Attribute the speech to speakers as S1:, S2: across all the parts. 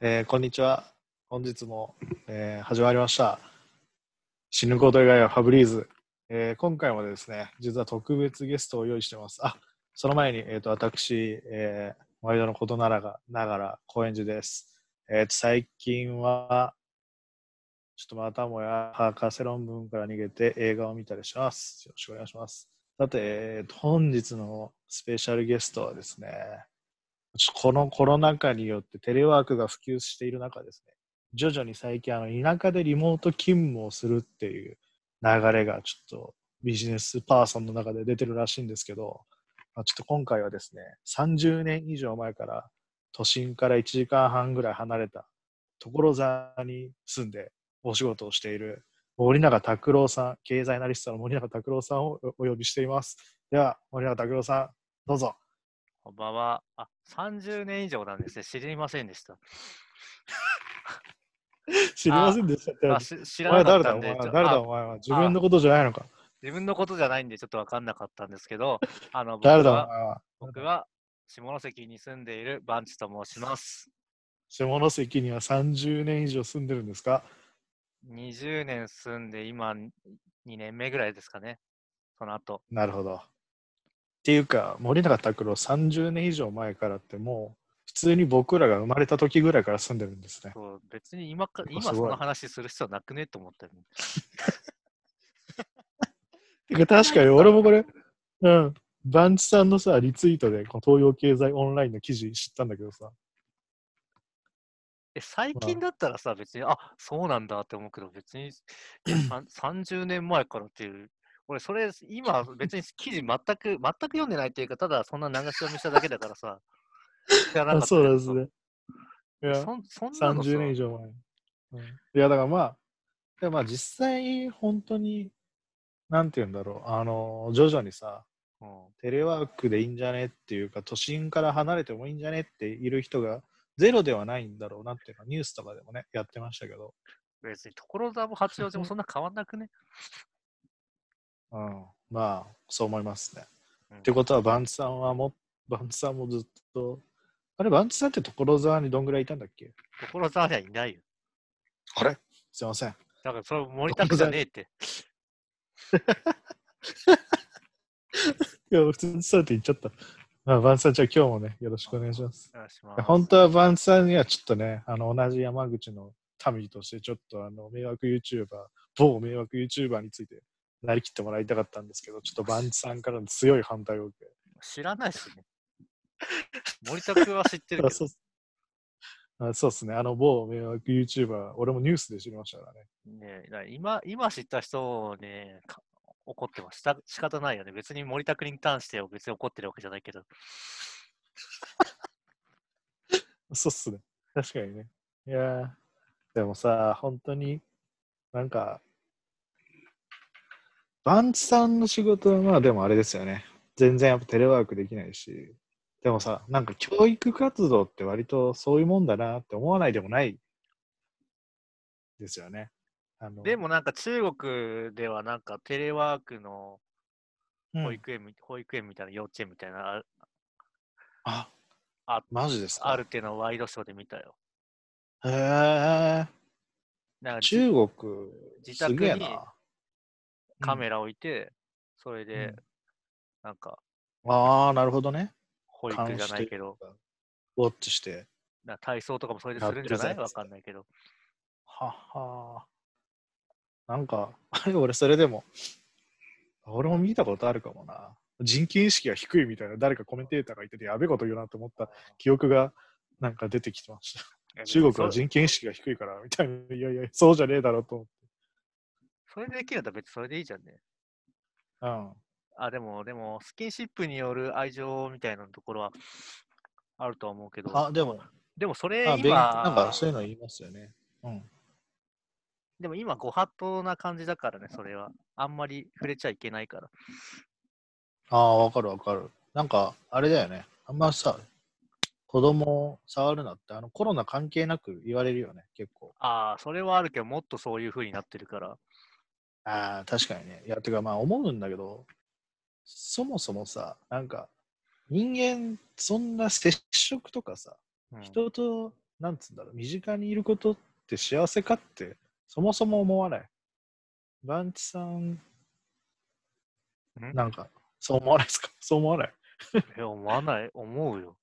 S1: えーこんにちは。本日も、えー始まりました。死ぬこと以外はファブリーズ。えー今回もですね、実は特別ゲストを用意してます。あ、その前に、えー、と私、えー、毎度のことならがながら、高円寺です。えーと最近は、ちょっとまたもや博士論文から逃げて映画を見たりします。よろしくお願いします。さて、えーと本日のスペシャルゲストはですね、ちょっとこのコロナ禍によってテレワークが普及している中ですね、徐々に最近あの田舎でリモート勤務をするっていう流れがちょっとビジネスパーソンの中で出てるらしいんですけど、まあ、ちょっと今回はですね、30年以上前から都心から1時間半ぐらい離れた所沢に住んでお仕事をしている森永拓郎さん、経済アナリストの森永拓郎さんをおお呼びしています。では、森永拓郎さん、どうぞ。
S2: こんばんは。あ、30年以上なんですね。知りませんでした。
S1: 知りませんでしたって
S2: あし知
S1: お
S2: ら
S1: 前
S2: なか
S1: 誰だお
S2: ったんで、
S1: 前
S2: ちょ
S1: 誰だ
S2: あ
S1: お前は自分のことじゃないのか
S2: 自分のことじゃないんで、ちょっと分かんなかったんですけど、あの僕
S1: 誰だお前
S2: は
S1: は
S2: 僕は下関に住んでいるバンチと申します。
S1: 下関には30年以上住んでるんですか
S2: 20年住んで、今2年目ぐらいですかね。その後。
S1: なるほど。っていうか森永拓郎30年以上前からってもう普通に僕らが生まれた時ぐらいから住んでるんですね。
S2: そう別に今か
S1: ごい
S2: 今その話する必要なくねと思ってる。
S1: てか確かに俺もこれ、うん、バンチさんのさリツイートでこの東洋経済オンラインの記事知ったんだけどさ
S2: え最近だったらさ、別に、あそうなんだって思うけど、別にいやさん30年前からっていう、俺、それ、今、別に記事全く、全く読んでないっていうか、ただ、そんな流し読みしただけだからさ、知らなか
S1: あ
S2: った
S1: そう
S2: け
S1: なん
S2: ど
S1: ですね。いや
S2: そんそんなのさ
S1: 30年以上前。うんいや、だからまあ、でもまあ実際、本当に、なんて言うんだろう、あの、徐々にさ、
S2: うん
S1: テレワークでいいんじゃねっていうか、都心から離れてもいいんじゃねっている人が、ゼロではないんだろうなっていうのはニュースとかでもね、やってましたけど、
S2: 別に、所沢も八王子もそんな変わんなくね。
S1: うん、まあ、そう思いますね。
S2: うん
S1: ってことは、バンツさんはも、バンツさんもずっと、あれ、バンツさんって所沢にどんぐらいいたんだっけ
S2: 所沢にはいないよ。
S1: あれすいません。
S2: だから、それ、森田区じゃねえって。
S1: いや、普通にそうやって言っちゃった。まあ、バンツさん、じゃあ今日もね、よろしくお願いします。
S2: お願いしま
S1: いや
S2: す
S1: 本当はバンツさんにはちょっとね、あの同じ山口の民として、ちょっとあの迷惑 YouTuber、某迷惑 YouTuber についてなりきってもらいたかったんですけど、ちょっとバンツさんからの強い反対を受け。
S2: 知らないしね。森田区は知ってるけ
S1: あ
S2: ど
S1: そうあそうですね、あの某迷惑 YouTuber、俺もニュースで知りましたからね。
S2: ねえ、だから今、今知った人をね、か怒ってもした仕方ないよね。別に森田君に関しては別に怒ってるわけじゃないけど。
S1: そうっすね、確かにね。いやーでもさ、本当になんか、バンツさんの仕事はまあでもあれですよね。全然やっぱテレワークできないし。でもさ、なんか教育活動って割とそういうもんだなって思わないでもないですよね。あの
S2: で、もなんか中国ではなんかテレワークの
S1: うん
S2: 保育園み、保育園みたいな幼稚園みたいな
S1: あ
S2: ああ
S1: マジですか
S2: あるっていうのをワイドショーで見たよ。
S1: へ
S2: なんか
S1: え。
S2: じ
S1: 中国、
S2: 自
S1: す
S2: 宅に
S1: げえな。
S2: カメラ置いて、それ
S1: う
S2: で
S1: ん
S2: なんか
S1: ああ、なるほどね。
S2: 保育じゃないけど、
S1: ウォッチして。
S2: なんか体操とかもそれで
S1: やっ
S2: するんじゃな
S1: て
S2: い
S1: るぜ
S2: わかんないけど。
S1: ははなんか、 あれ、俺、それでも、俺も見たことあるかもな。人権意識が低いみたいな、誰かコメンテーターがいてて、やべえこと言うなと思った記憶が、なんか出てきてました。中国は人権意識が低いから、みたいな、いやいや、そうじゃねえだろうと思って。
S2: それでできるんだったら別にそれでいいじゃんね。
S1: うん。
S2: あ、でも、でも、スキンシップによる愛情みたいなところはあるとは思うけど、
S1: あ、でも、
S2: でもそれ
S1: あ、勉強なん
S2: 今
S1: か、、そういうの言いますよね。うん。
S2: でも今、ご法度な感じだからね、それは。あんまり触れちゃいけないから。
S1: ああ、わかるわかる。なんか、あれだよね。あんまさ、子供を触るなって、あの、コロナ関係なく言われるよね、結構。
S2: ああ、それはあるけど、もっとそういう風になってるから。
S1: ああ、確かにね。いや、てかまあ思うんだけど、そもそもさ、なんか、人間、そんな接触とかさ、
S2: うん
S1: 人となんつうんだろう、身近にいることって幸せかって、そもそも思わない。バンチさん、
S2: ん
S1: なんか、そう思わないですか そう思わない。
S2: え、思わない、思うよ。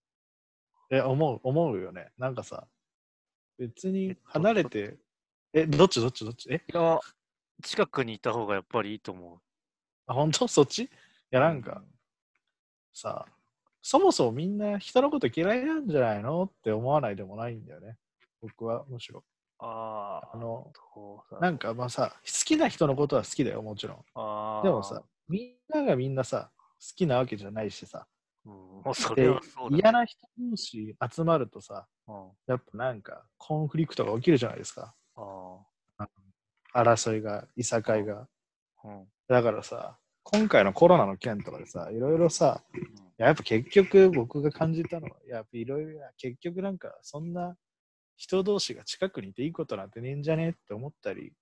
S1: え、思う、思うよね。なんかさ、別
S2: えっ
S1: に
S2: と
S1: 離れて、え、どっちどっちどっちえ、
S2: いや、近くにいた方がやっぱりいいと思う。
S1: あ、本当 そっちいや、なんか、さ、そもそもみんな人のこと嫌いなんじゃないのって思わないでもないんだよね。僕はむしろ。
S2: ああ、
S1: あの、
S2: どうだ
S1: なんかまあさ、好きな人のことは好きだよ、もちろん。
S2: あー
S1: でもさ、、みんながみんなさ、好きなわけじゃないしさ、
S2: うん、もうそれはそうだ、
S1: 嫌な人同士集まるとさ、
S2: うん、あ
S1: やっぱなんかコンフリクトが起きるじゃないですか。
S2: あ、
S1: 争いが、いさかいが。
S2: うん、うん
S1: だからさ、今回のコロナの件とかでさ、いろいろさ、いややっぱ結局僕が感じたのは、やっぱいろいろや、結局なんかそんな人同士が近くにいていいことなんてねえんじゃねえって思ったり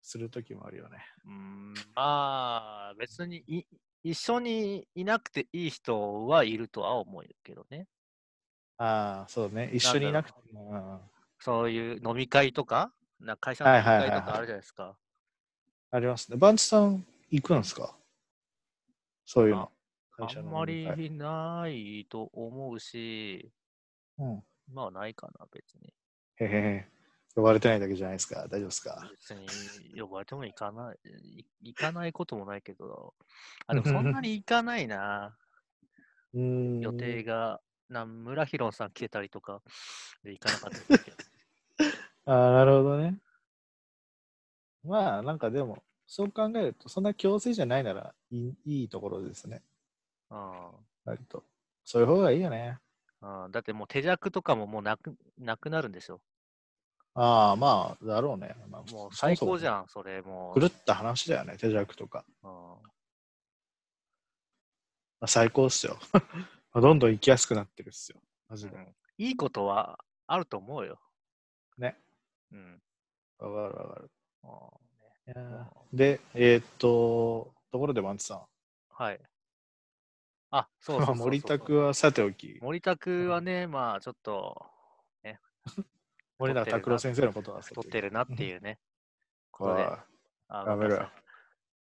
S1: する時もあるよね。
S2: うーん、まあ、別にい一緒にいなくていい人はいるとは思うけどね。
S1: ああ、そうね。一緒にいなくても。うん
S2: そういう飲み会とか、なんか会社の
S1: は
S2: 飲
S1: い
S2: み
S1: はいはい
S2: 会
S1: はい
S2: とかあるじゃないですか。
S1: ありますね。バンチさん、行くんですかそういうの。
S2: あ
S1: 会社
S2: ん
S1: の
S2: ま
S1: 飲み会
S2: りないと思うし、
S1: うん。
S2: まあないかな、別に。
S1: へへへ。呼ばれてないだけじゃないですか。大丈夫ですか。
S2: 別に呼ばれても行かない、い行かないこともない けど、あ、でもそんなに行かないな。
S1: うーん。
S2: 予定が、なん村ひろんさん消えたりとかで行かなかった ですけど。
S1: ああ、なるほどね。まあ、なんかでも、そう考えると、そんな強制じゃないならいい、いいところですね。
S2: あー
S1: 割と。そういう方がいいよね。
S2: あーだってもう手弱とかももうなくなくなるんでしょ。
S1: ああ、まあ、だろうね。まあ、
S2: もう最高じ
S1: ん。
S2: ゃん、それもう。
S1: 狂った話だよね、手弱とか。
S2: あー
S1: まあ、最高っすよ。 まあどんどん行きやすくなってるっすよ。マジで。
S2: うんいいことはあると思うよ。
S1: ね。
S2: うん。
S1: わかるわかる。
S2: あー
S1: いやーで、えーっと、ところで、マンツさん。
S2: はい。あ、そう
S1: ま
S2: そ
S1: あ
S2: うそうそう
S1: 森田君はさておき、
S2: 森田君はね、まあちょっと
S1: 森永
S2: 太ってるな
S1: 拓郎先生のことはさ
S2: 太っててるなっていうね。こ
S1: お
S2: と
S1: い
S2: で。あの
S1: やめろよ
S2: また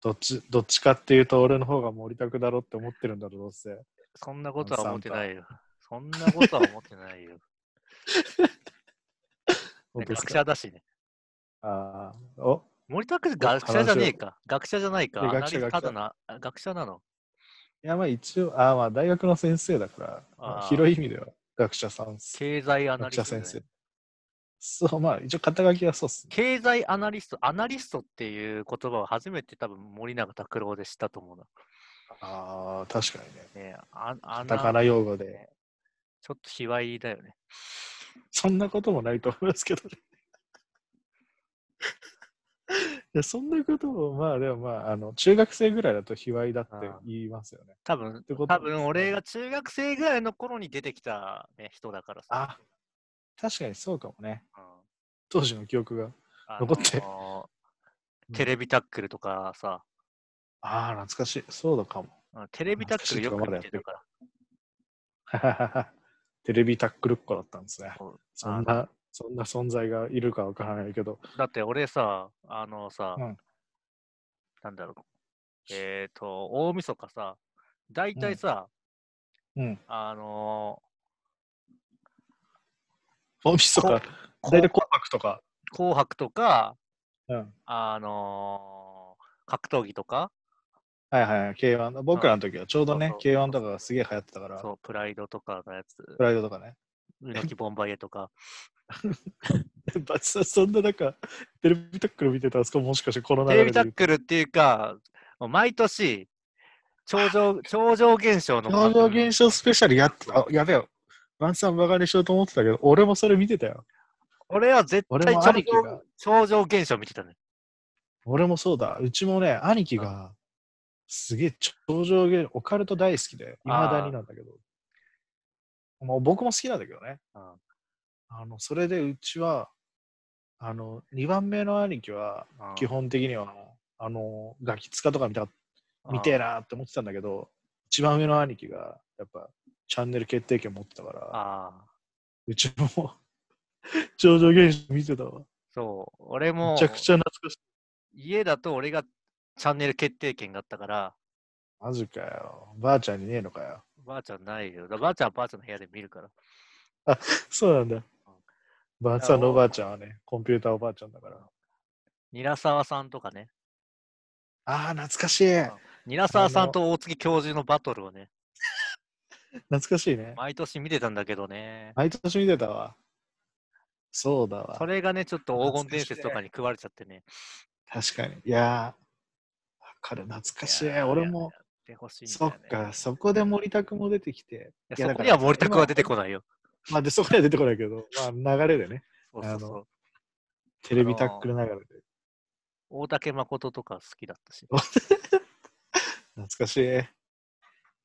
S1: どっち、どっちかっていうと、俺の方が森田君だろって思ってるんだろう、どうせ。
S2: そんなことは
S1: あの
S2: 思ってないよ。そんなことは思ってないよ。
S1: 本当です
S2: 学
S1: か
S2: 者だしね。
S1: ああ、お
S2: 森田君学者じゃねえか。学者じゃないか。
S1: いや
S2: アナ
S1: 学者
S2: リストた
S1: 学
S2: だ
S1: 者
S2: なあ学者なの。
S1: いや、まあ一応、ああ、まあ大学の先生だから、ま
S2: あ
S1: あ
S2: ー
S1: 広い意味では学者さんっす。
S2: 経済アナ
S1: 学
S2: リスト
S1: 者
S2: じゃな
S1: 先
S2: い、
S1: 生。そう、まあ一応肩書きはそうっすね。
S2: 経済アナリスト、アナリストっていう言葉を初めて多分森永卓郎で知ったと思うな。
S1: ああ、確かにね。
S2: ねえ、あア
S1: カ
S2: ナ
S1: タカナ用語で。
S2: ちょっと卑猥だよね。
S1: そんなこともないと思いますけ どね。いやそんなことも、まあでもまあ、あの中学生ぐらいだと卑猥だって言いますよね。
S2: 多分
S1: てこと
S2: 多
S1: です
S2: 分
S1: ね
S2: 俺が中学生ぐらいの頃に出てきた、ね、人だからさ。
S1: あ確かにそうかもね。
S2: うん
S1: 当時の記憶が。
S2: あ
S1: 残って
S2: の
S1: うん
S2: テレビタックルとかさ、
S1: ああ、懐かしい。そうだかも。
S2: うんテレビタックルよく見てたから。
S1: テレビタックルっ子だったんですね。
S2: そう
S1: そんな、そんな存在がいるかわからないけど。
S2: だって俺さ、あのさ、
S1: うん
S2: なんだろう、えっ、と、大晦日さ、大体さ、
S1: うん。
S2: あの
S1: 大晦日
S2: こ
S1: か。大体紅白とか。
S2: ー紅白とか、
S1: うん。
S2: あのー格闘技とか、
S1: はいはいはい。K1 の。僕らの時はちょうどね
S2: そう、そう
S1: K1 とかがすげえ流行ってたから、
S2: そう、プライドとかのやつ、
S1: プライドとかね。
S2: 猪木ボンバイエとか、
S1: バチさん、そんな中、テレビタックル見てたんですかもしかしてコロナ
S2: テレビタ
S1: で
S2: ックルっていうか、もう毎年、超常、超常現象の
S1: 言う。
S2: 番
S1: 超
S2: 組
S1: 常現象スペシャルやってた。あ、やべえよ。バンさんバカにしようと思ってたけど、俺もそれ見てたよ。
S2: 俺は絶
S1: 俺
S2: 対
S1: も
S2: 超
S1: 兄貴が
S2: 常超常現象見てたね。
S1: 俺もそうだ。うちもね、兄貴が、すげえ超常芸、オカルト大好きで、いまだになんだけど。もう僕も好きなんだけどね。
S2: うん
S1: あの、それでうちは、あの、2番目の兄貴は、
S2: うん
S1: 基本的には、あの、ガキ使とか見た、見てえ。なって思ってたんだけど、一番上の兄貴が、やっぱ、チャンネル決定権持ってたから、
S2: あ
S1: うちも 超常現象見てたわ。
S2: そう、俺も
S1: めちゃくちゃ懐かしい。
S2: 家だと俺がチャンネル決定権があったから、
S1: マジかよ。ばあちゃんにねえのかよ。
S2: ばあちゃんないよ。だばあちゃんはばあちゃんの部屋で見るから。
S1: そうなんだ。ばあちゃんのおばあちゃんはね、コンピューターおばあちゃんだから。
S2: ニラサワさんとかね。
S1: ああ、懐かしい。
S2: ニラサワさんと大月教授のバトルをね、
S1: 懐かしいね。
S2: 毎年見てたんだけどね。
S1: 毎年見てたわ。そうだわ
S2: そ。れがね、ちょっと黄
S1: 懐か
S2: 金
S1: しい
S2: 伝説とかに食われちゃってね。
S1: 確かに。いやー、わかる。懐かしい。
S2: やー
S1: 俺も、。
S2: やってほしいんだ
S1: そ
S2: よね
S1: っか、そこで森田くも出てきて。
S2: い
S1: いや
S2: や
S1: だ
S2: そ
S1: か
S2: こ
S1: ら
S2: には森田君は出てこないよ。
S1: まあ、で、そこには出てこないけ ど、まあ、流れでね。
S2: そうそう
S1: あ
S2: そう。
S1: テレビタックル流れで。
S2: 大竹誠とか好きだったし。
S1: 懐かしい。い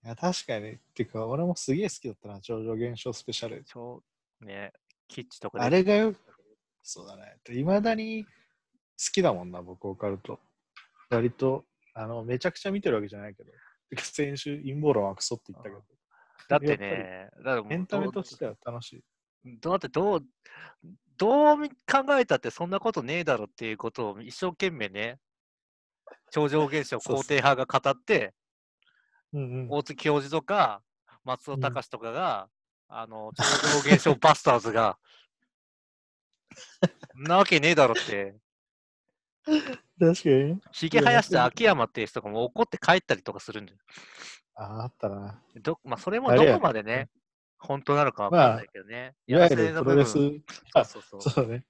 S1: や、確かに。っていうか、俺もすげえ好きだったな。超常現象スペシャル。
S2: 超ね、キッチとか
S1: あれがよ、そうだね。いまだに好きだもんな、僕、オカルト。割と、あの、めちゃくちゃ見てるわけじゃないけど。てか先週、陰謀論はクソって言ったけど、
S2: だってね、だからもう
S1: エンタメとしては楽しい。
S2: どうだってどう、どうみ考えたってそんなことねえだろっていうことを一生懸命ね、超常現象
S1: そうそう
S2: 肯定派が語って、
S1: うんうん。
S2: 大月教授とか松尾隆とかが、あの、超常現象バスター ズが、んなわけねえだろって、
S1: 確かに。
S2: ひげ生やした秋山っていう人がもう怒って帰ったりとかするんだよ。
S1: ああ、あったな。
S2: どまあ、それ
S1: あ
S2: も
S1: れ
S2: ど
S1: や
S2: こまでね、本当なのかわ
S1: まあ
S2: かんないけどね。
S1: いわゆ
S2: 野生
S1: る
S2: の
S1: プ
S2: 部
S1: ロレ
S2: 分
S1: ス。
S2: そうそうそう。
S1: そうね。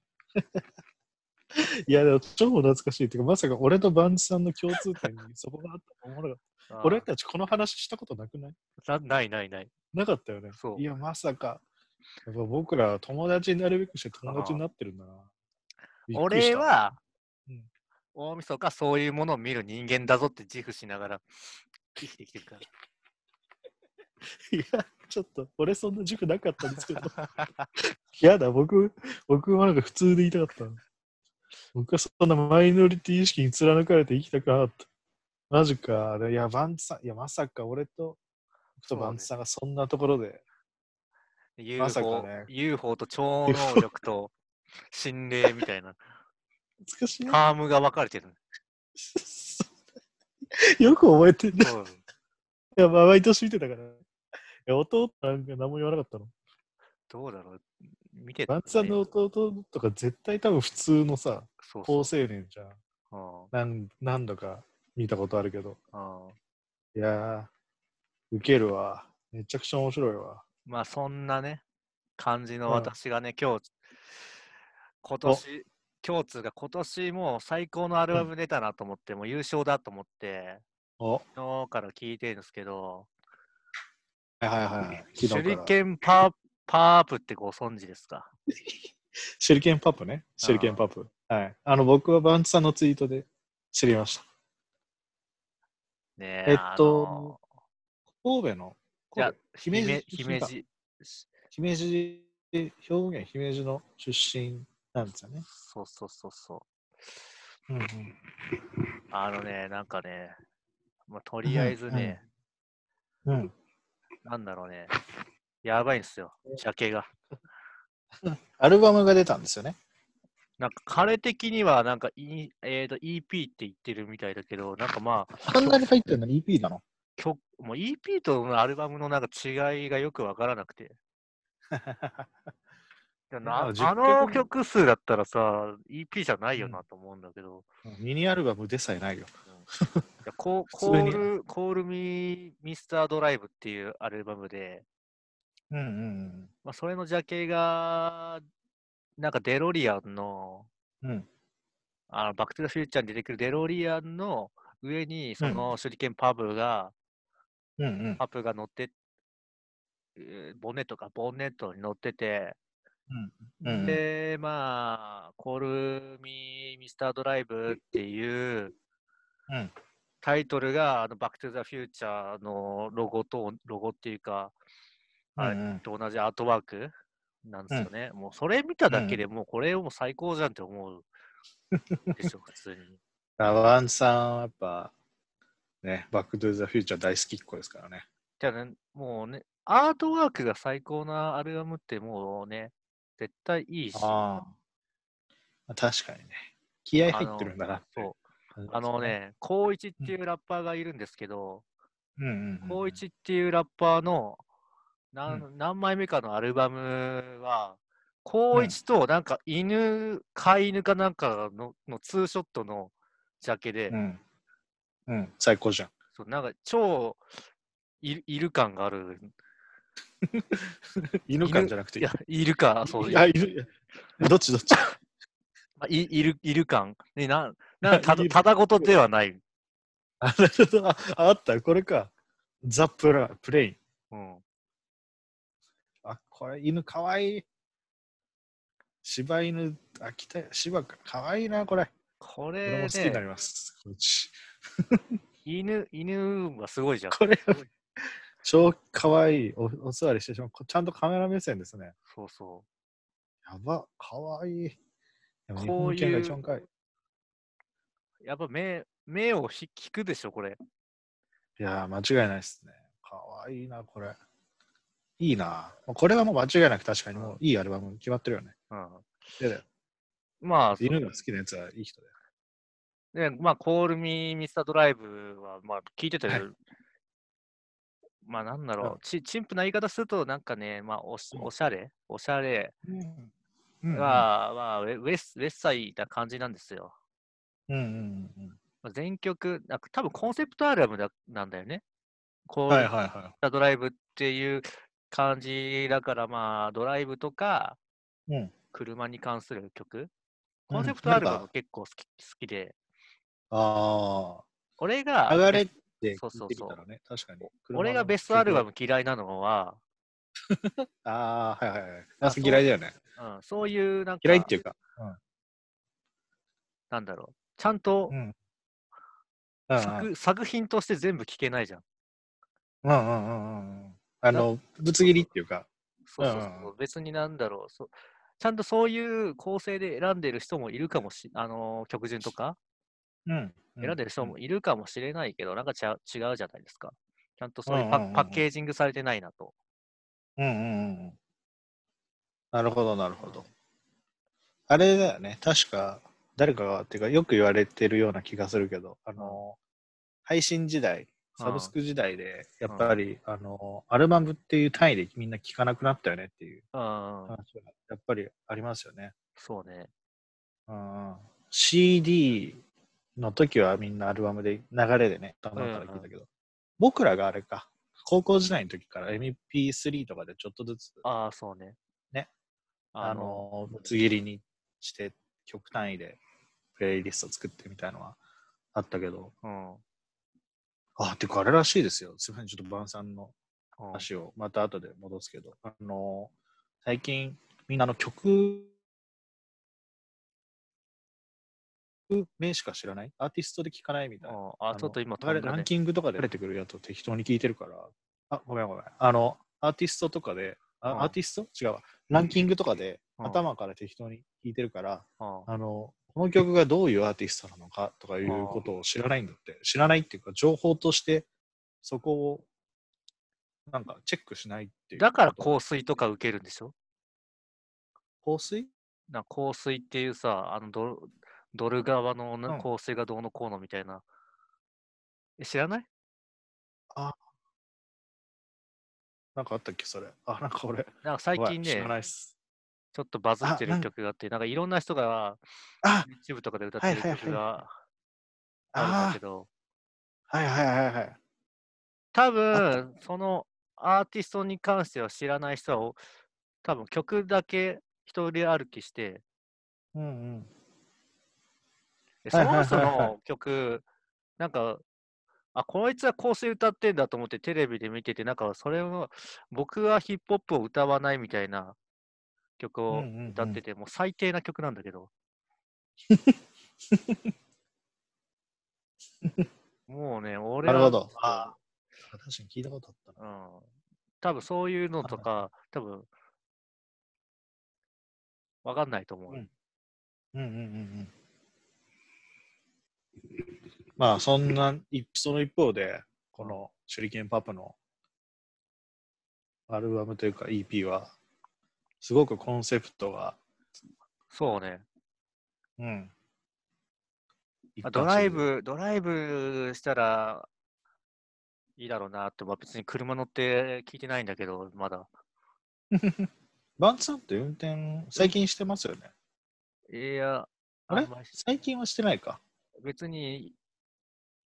S1: いや、でも超懐かしいっていうか、まさか俺とバンチさんの共通点にそこがあったと思わなかっ
S2: あ
S1: た。
S2: あ
S1: 俺たちこの話したことなくない
S2: なないないない。
S1: なかったよね。
S2: そう
S1: いや、まさか。やっぱ僕らは友達になるべくして友達になってるんだな。びっくりし
S2: 俺
S1: た、
S2: は、
S1: うん
S2: 大晦日そういうものを見る人間だぞって自負しながら生きてきてるから。
S1: いや、ちょっと、俺そんな塾なかったんですけど。 やだ、僕、僕はなんか普通で言いたかったの。僕はそんなマイノリティ意識に貫かれて生きたくなかった。マジか、あれいや、バンツさん、いや、まさか俺と、僕とバンツさんがそんなところで、 まさか
S2: UFO,、
S1: ね
S2: UFO と超能力と心霊みたいな、
S1: 懐かしい な。
S2: タームが分かれてる。
S1: よく覚えてんな。い
S2: そう
S1: や、まあ毎年見てたから。いや、弟なんか何も言わなかったの。
S2: どうだろう見てた
S1: バ
S2: ね
S1: ンツさんの弟とか絶対多分普通のさ、
S2: そう
S1: 高
S2: そ
S1: 青
S2: う
S1: 年じゃん。
S2: うん
S1: なん何度か見たことあるけど。
S2: うん
S1: いやー、ウケるわ。めちゃくちゃ面白いわ。
S2: まあそんなね、感じ
S1: う
S2: の
S1: ん
S2: 私がね、今日、今年、今日つうか今年もう最高のアルバム出たなと思って、もう優勝だと思って、
S1: おはい
S2: 昨日から聞いてるんですけど、
S1: はいはい。昨日
S2: 手
S1: から
S2: 裏剣パーパープってご存知ですか
S1: 手裏剣パップね。手裏剣パップ。はい。あの、僕はバンチさんのツイートで知りました。
S2: ね
S1: えっと、神戸の、
S2: いや
S1: 神戸
S2: あの姫
S1: 姫路
S2: 姫
S1: 出身か
S2: 路、
S1: 姫路、兵庫県姫路の出身なんですよね。
S2: そうそうそうそう。
S1: うんうん、
S2: あのね、なんかね、まあ、とりあえずね、
S1: うん。
S2: なんだろうね、やばいんですよ、ジャケが。
S1: アルバムが出たんですよね。
S2: なんか彼的にはなんか、E- えー、と EP って言ってるみたいだけど、なんかまあ、
S1: あんなに入ってるのに EP なの。
S2: 曲もう EP とのアルバムのなんか違いがよくわからなくて。でもな
S1: まあ
S2: あ
S1: 10曲
S2: の曲数だったらさ、EP じゃないよなと思うんだけど、
S1: ミニアルバムでさえないよ。
S2: い やコー
S1: 普
S2: コ
S1: 通に
S2: ール、コールミーミスタードライブっていうアルバムで、
S1: うんうん
S2: まあ、それのジャケが、なんかデロリアンの、
S1: うん。うん。
S2: あのバックトゥザフューチャーに出てくるデロリアンの上に、そ
S1: うん
S2: の手裏剣パブが、
S1: うんうん。
S2: パブが乗って、えーボンネットか、ボンネットに乗ってて、
S1: うんうん
S2: で、まあ、コールミーミスタードライブっていう、
S1: うん
S2: タイトルが、あの、バックトゥザフューチャーのロゴと、ロゴっていうか、あ
S1: うんうん
S2: れと同じアートワークなんですよね。もうそれ見ただけでもうこれをもう最高じゃんって思うで しょ、普通に。
S1: ラワンさんはやっぱ、ね、バックトゥザフューチャー大好きっ子ですからね。
S2: じゃあね、もうね、アートワークが最高なアルバムってもうね、絶対いいし、
S1: ああ。まあ確かにね。気合入ってるんだなって。
S2: そうあの。ね、高一っていうラッパーがいるんですけど、
S1: うんうん、うん。
S2: 高一っていうラッパーの何,、、
S1: うん
S2: 何枚目かのアルバムは、高一となんか犬、飼い犬かなんかののツーショットのジャケで、
S1: うん。うん。最高じゃん。
S2: そうなんか超いいる感がある。
S1: 犬感じゃなくて。
S2: いや、いるか、そう
S1: い
S2: い
S1: や、
S2: や
S1: いる。どっちどっ ち。
S2: いいるいる感。ね、なんなんか た
S1: いる
S2: ただごとではない。
S1: あなるほどああった、これか。ザ・プラ、プレイン。
S2: うん、
S1: あ、これ、犬かわいい。柴犬、秋田、柴か。かわいいな、これ。
S2: こ
S1: これも
S2: れ
S1: 好きにな
S2: ね、
S1: ります。こっち
S2: 犬、犬はすごいじゃん。
S1: これ、超かわいいお。お座りしてしまう。こちゃんとカメラ目線ですね。
S2: そうそう。
S1: やば、かわいい。でも日
S2: こう
S1: 本犬が
S2: いう
S1: 一番かわいい。
S2: やっぱ目、目をひ引くでしょ、これ。
S1: いやー、間違いないですね。かわいいな、これ。いいな。これはもう間違いなく確かにもういいアルバム決まってるよね。
S2: うん、
S1: で
S2: まあ、
S1: 犬が好きなやつはいい人だよ。
S2: ね、まあ、コールミーミスタードライブは、まあ、聞いてたけど、まあ、なんだろう、
S1: うん
S2: ち、チンプな言い方すると、なんかね、まあおし、
S1: うん
S2: おしゃれ、おしゃれ
S1: うん。う
S2: が、
S1: ん
S2: まあ、ウェウェスウェッサイな感じなんですよ。
S1: うんうんうん
S2: まあ全曲、なんか多分コンセプトアルバムだなんだよね。
S1: う
S2: コ
S1: ん。
S2: ー
S1: はい
S2: ルミーミ
S1: はいは
S2: スタードライブっていう感じだから、まあ、ドライブとか、
S1: い。うん。
S2: 車に関する曲、
S1: うん
S2: コンセプトアルバ
S1: な
S2: ム
S1: んか
S2: 結構好き好きで、
S1: あ
S2: 俺が
S1: あ。流れ
S2: ベ
S1: っ
S2: ス
S1: て
S2: そ
S1: 聞
S2: うそ
S1: いうて
S2: そう
S1: みたらね、確かに。
S2: 俺がベストアルバ
S1: ム。
S2: ム嫌いなのは、
S1: ああ、はいはいはい。
S2: あ
S1: あそこ嫌いだよね。
S2: うん、そういうなんか、
S1: 嫌いっていうか。
S2: なんだろう、ちゃんと
S1: うん。うんうん
S2: 作,、作品として全部聞けないじゃん。
S1: うんうんうんうん。あの、ぶつ切りっていうか。
S2: そうそうそ
S1: う
S2: う
S1: んうんう
S2: 別になんだろうそう、ちゃんとそういう構成で選んでる人もいるかもし、あのー曲順とか
S1: うん。
S2: 選んでる人もいるかもしれないけど、なんかちゃ違うじゃないですか。ちゃんとそういう
S1: うん
S2: パ,、
S1: うんうんうん
S2: パッケージングされてないなと。
S1: うんうんうんうん。なるほど、なるほど。あれだよね、確か、誰かが、っていうか、よく言われてるような気がするけど、あの、配信時代、サブスク時代で、やっぱり、あの、アルバムっていう単位でみんな聞かなくなったよねっていう
S2: うん、
S1: 話が、やっぱりありますよね。
S2: そうね。
S1: うん、CD の時はみんなアルバムで流れでね、頭から聞いたけど、僕らがあれか、高校時代の時から MP3 とかでちょっとずつ、
S2: ああ、そうね。
S1: ね。
S2: あ
S1: あの、
S2: の、
S1: ぶつ切りにして、曲単位でプレイリスト作ってみたいのはあったけど、
S2: うん。うん
S1: あ、てかあれらしいですよ。すみません、ちょっとバンさんの話をまた後で戻すけど、あの、最近みんなあの曲、名しか知らないアーティストで聴かないみたいな。
S2: うん
S1: あ
S2: あ、
S1: の
S2: ちょっと今飛
S1: あれ
S2: んだ、
S1: ラ
S2: ね
S1: ン。キングとかで出てくるやつを適当に聞いてるから、あ、ごめんごめん。あの、アーティストとかで、あ
S2: うん
S1: アーティスト違うわ。ランキングとかで、
S2: うん
S1: 頭から適当に聞いてるから、
S2: うん
S1: あの、この曲がどういうアーティストなのかとかいうことを知らないんだって、知らないっていうか、情報として、そこを、なんかチェックしないっていう。
S2: だから
S1: こ
S2: 香水とか受けるんでしょ
S1: う香水
S2: な香水っていうさ、あのドルドル側のな
S1: うん
S2: 香水がどうのこうのみたいな。え知らない
S1: なんかあったっけ、それ。あ、なんか俺、
S2: なんか最
S1: ごめん
S2: 近
S1: 知
S2: ね
S1: ら、ないっす。
S2: ちょっとバズって
S1: あな
S2: る
S1: ん
S2: 曲があって、なんかいろんな人が
S1: あ
S2: YouTube とかで歌ってる
S1: はいはいはい
S2: 曲があるんだ
S1: あ
S2: けど、
S1: あ、はいはいはいはい。
S2: 多
S1: あ
S2: 分そのアーティストに関しては知らない人はお、多分曲だけ一人歩きして、
S1: うんうん。
S2: で
S1: は
S2: そ
S1: いはい
S2: の人
S1: はいはい
S2: の曲、なんか、あ、こいつは香水歌ってんだと思ってテレビで見てて、なんかそれを、僕はヒップホップを歌わないみたいな
S1: う
S2: 曲
S1: ん
S2: を
S1: うんうん
S2: 歌ってて、もう最低な曲なんだけ ど。もうね、俺
S1: なる
S2: は、
S1: ほど。ああ、確かに聞いたことあったな。
S2: うん、多分そういうのとか、多分わかんないと思う。
S1: うんうんうんうんうん。まあ、そんな、いその一方で、この手裏剣パップのアルバムというか EP は、すごくコンセプトが、
S2: そうね。
S1: うん。
S2: あドライブ、ドライブしたらいいだろうなって、まあ、別に車乗って聞いてないんだけど、まだ。
S1: バンツさんって運転、最近してますよね。
S2: いや、
S1: あれ
S2: んまし
S1: 最近はしてないか。
S2: 別に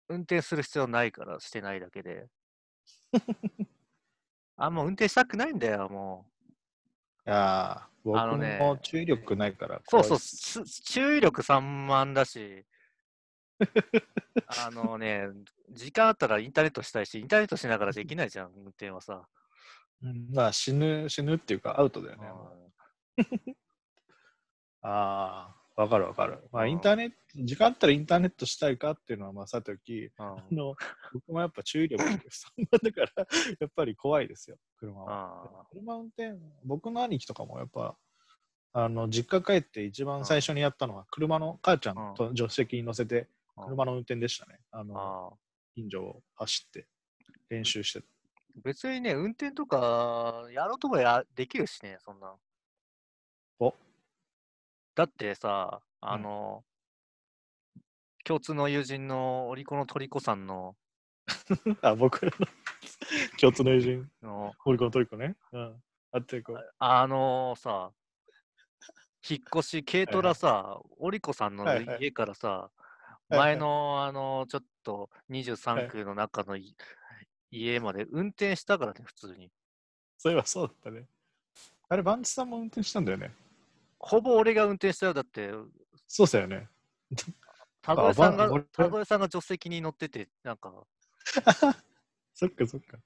S2: 運転する必要ないからしてないだけ で。あ、もう運転したくないんだよ、も
S1: いやー僕
S2: あのね
S1: も注意力ないから。
S2: う。そうそう、す注意力散漫 だし、あのね、時間あったらインターネットしたいし、インターネットしながらできないじゃん、運転はさ。
S1: うんまあ死ぬ、死ぬっていうかアウトだよね。
S2: うん
S1: ああ、わかるわかる。まあ
S2: うん
S1: インターネット、時間あったらインターネットしたいかっていうのはまあさておき、
S2: うん
S1: あの僕もやっぱ注意力が散漫だから、 やっぱり怖いですよ、車は。
S2: あ
S1: 車運転、僕の兄貴とかもやっぱ、あの実家帰って一番最初にやったのは、車の母ちゃんと助手席に乗せて、
S2: あ
S1: 車の運転でしたね。あの
S2: ああ
S1: 近所を走って練習してた。
S2: 別にね、運転とかやろうともやできるしね、そんな。
S1: お
S2: だってさ、あの、共通の友人のオリコンのトリコさんの、
S1: あ、 僕らの共通の友人、
S2: の
S1: ホリコントリコね。うん。あってこう。
S2: あのさ、引っ越し、軽トラさ、オリコさんの
S1: はいはい
S2: 家からさ、
S1: はいはい
S2: 前の、あの、ちょっと
S1: はい
S2: 23区の中のい家まで運転したからね、普通に。
S1: そういえばそうだったね。あれ、バンチさんも運転したんだよね。
S2: ほぼ俺が運転したよ。だって、
S1: そうだよね。
S2: 田添さん
S1: あ
S2: が
S1: ば俺、
S2: 田添さんが助手席に乗ってて、なんか、
S1: そっかそっか。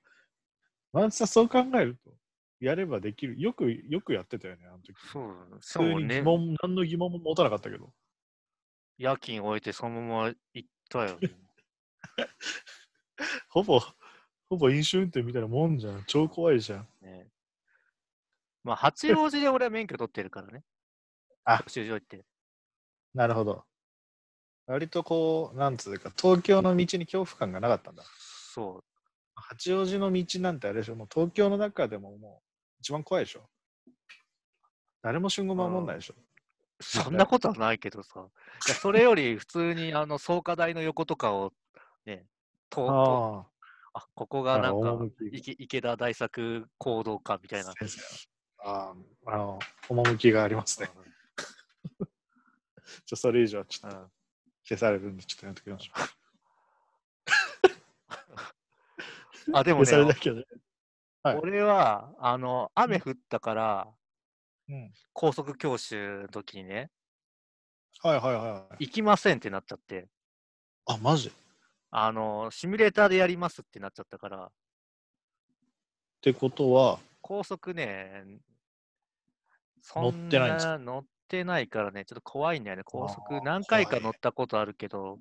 S1: バンチさん、そう考えると、やればできる。よく、よくやってたよね、あの時。
S2: そう、し
S1: 普通
S2: かも
S1: に疑
S2: ね、
S1: 問、何の疑問も持たなかったけど。
S2: 夜勤終えてそのまま行ったよね。
S1: ほぼ、ほぼ飲酒運転みたいなもんじゃん。超怖いじゃん。
S2: ね まあ、八王子で俺は免許取ってるからね。
S1: あ
S2: 教習所行って。
S1: なるほど。割とこう、なんつうか、東京の道に恐怖感がなかったんだ。
S2: そ
S1: 八王子の道なんてあれでしょ、もう東京の中でももう一番怖いでしょ。誰も信号守んないでしょ。
S2: う。そんなことはないけどさ。いやそれより普通にあの創価大の横とかをね、通っ
S1: あ
S2: あ、ここがなん
S1: あ
S2: か
S1: 趣が
S2: 池池田大作行動館みたいな
S1: あ。。先生ああ、あの、趣がありますね。ちょそれ以上はちょ
S2: う
S1: っ
S2: ん
S1: と消されるんで、ちょっとやめておきましょう。
S2: うんあ、でも
S1: 消され
S2: ね
S1: だ、けど。はい
S2: 俺は、あの、雨降ったから、
S1: うん。
S2: 高速教習の時にね、
S1: はいはいはい。
S2: 行きませんってなっちゃって、
S1: あ、マジっ
S2: あの、シミュレーターでやりますってなっちゃったから、
S1: てことは、
S2: 高速ね、
S1: 乗ってないんです
S2: そ乗ってないからね、ちょっと怖いんだよね。高
S1: あ
S2: 速
S1: ー
S2: 何回
S1: 怖い
S2: か乗ったことあるけど、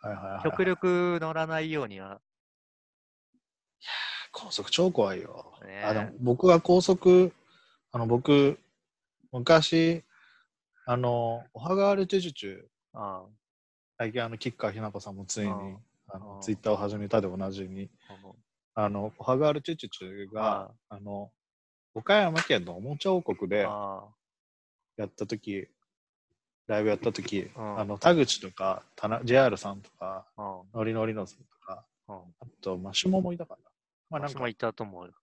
S1: はいはいはい、
S2: 極力乗らないようには、
S1: 高速超怖いよ。
S2: ね
S1: あでも僕は高速、あの僕、昔、あの、おはがわれてじゅちゅ、
S2: あ
S1: 最近あの、吉川ひな子さんもついに、
S2: うん
S1: あの
S2: うん
S1: ツイッターを始めたでおなじみ、
S2: あの
S1: あの、おはがわれてじゅちゅが、あの、岡山県のおもちゃ王国で
S2: あ
S1: やったとき、ライブやったとき、
S2: ん
S1: あの、田口とか、田中 JR さんとか、
S2: あ、うん、
S1: ノリノリのさんとか、
S2: うん。
S1: あと、マシモもいたかな。まあなん
S2: 私
S1: か
S2: も、行ったと思うよ。
S1: マ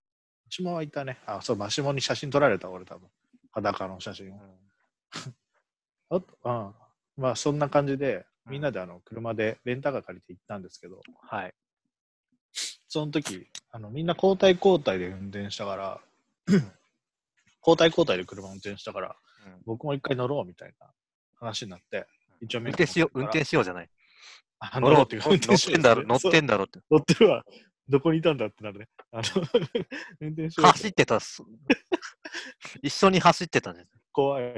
S1: シモはいたね。あ、そう、マシモに写真撮られた、俺多分。裸の写真
S2: うん
S1: を。あと、うん。まあ、そんな感じで、
S2: うん
S1: みんなであの、車でレンタカー借りて行ったんですけど、
S2: はい。
S1: その時、あの、みんな交代交代で運転したから、 交代交代で車運転したから、
S2: うん
S1: 僕も一回乗ろうみたいな話になって、一応
S2: 運転しよう、運転しようじゃない。
S1: あ乗ろうっていうか
S2: 乗ろう乗ってんだろ、乗っ
S1: そう
S2: てんだろって。
S1: 乗ってるわ。 どこにいたんだってなるね。あの、 運転手
S2: 走ってた っす。一緒に走ってたね。
S1: 怖い。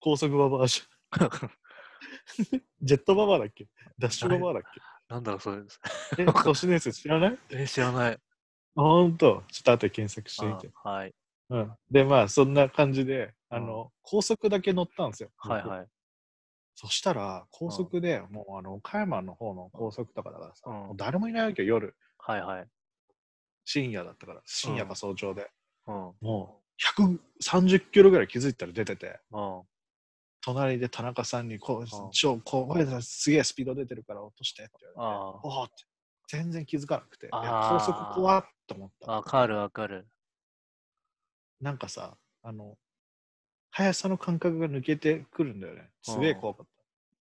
S1: 高速ババアじゃん。ジェットババアだっけダッシュババアだっ
S2: なんだろう、それ。
S1: けえ、都市伝説知らないあ
S2: え、知らない。
S1: ほんと。ちょっと後で検索してみて。
S2: あはい。
S1: うん。で、まあ、そんな感じで、
S2: うん
S1: あの、高速だけ乗ったんですよ。
S2: はい
S1: 僕
S2: はい。
S1: そしたら、高速で、もう、あの、岡山の方の高速とかだからさ、
S2: うん
S1: もう誰もいないわけよ、夜。
S2: はいはい。
S1: 深夜だったから、深夜か早朝で。
S2: うん。
S1: も130キロぐらい気づいたら出てて、
S2: うん。
S1: 隣で田中さんに、こ
S2: あ
S1: う、超、こう、これすげえスピード出てるから落としてって言われて、
S2: あー
S1: おーって、全然気づかなくて、いや
S2: あー
S1: 高速怖っと思った。
S2: わかるわかる。
S1: なんかさ、あの、速さの感覚が抜けてくるんだよね。すげえ怖かった。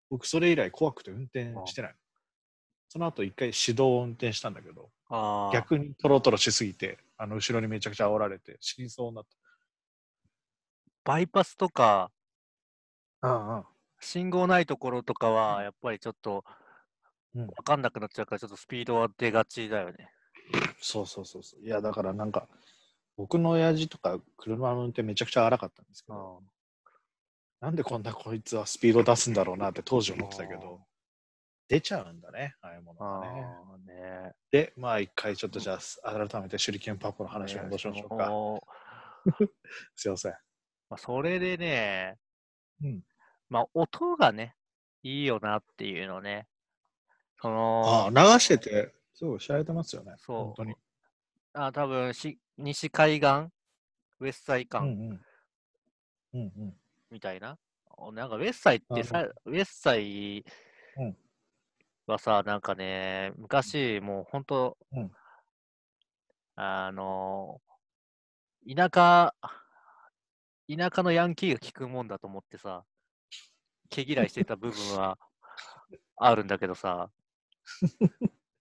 S1: 僕、それ以来怖くて運転してない。その後、一回指導を運転したんだけど、
S2: ああ。
S1: 逆にトロトロしすぎて、あの、後ろにめちゃくちゃ煽られて、死にそうになっ
S2: バイパスとか、
S1: た。うんうん。
S2: 信号ないところとかは、やっぱりちょっと、
S1: うん
S2: わかんなくなっちゃうから、ちょっとスピードは出がちだよね。
S1: そうそうそうそう。いや、だからなんか、僕の親父とか車の運転めちゃくちゃ荒かったんですけど、
S2: うん
S1: なんでこんなこいつはスピード出すんだろうなって当時思ってたけど、出ちゃうんだね、ああいうもの
S2: あ
S1: がね。
S2: あね。
S1: で、まあ一回ちょっとじゃあ、改めて手裏剣パッポの話を戻しましょうか。
S2: もう
S1: すいません。
S2: まあ、それでね、
S1: うん
S2: まあ音がね、いいよなっていうのね。そ
S1: あ
S2: の、
S1: あ、流してて、すごい知られてますよね。
S2: そう
S1: 本当に。
S2: あ多分し西海岸、ウェスサイ
S1: う
S2: 館
S1: んうん。うんうん。
S2: みたいな。おなんかウェッサイっ
S1: あ
S2: てさ、ウェッサイ
S1: うん
S2: はさ、なんかね、昔もう本当、
S1: うん
S2: あの、田舎、田舎のヤンキーが聞くもんだと思ってさ、毛嫌いしてた部分 はあるんだけどさ、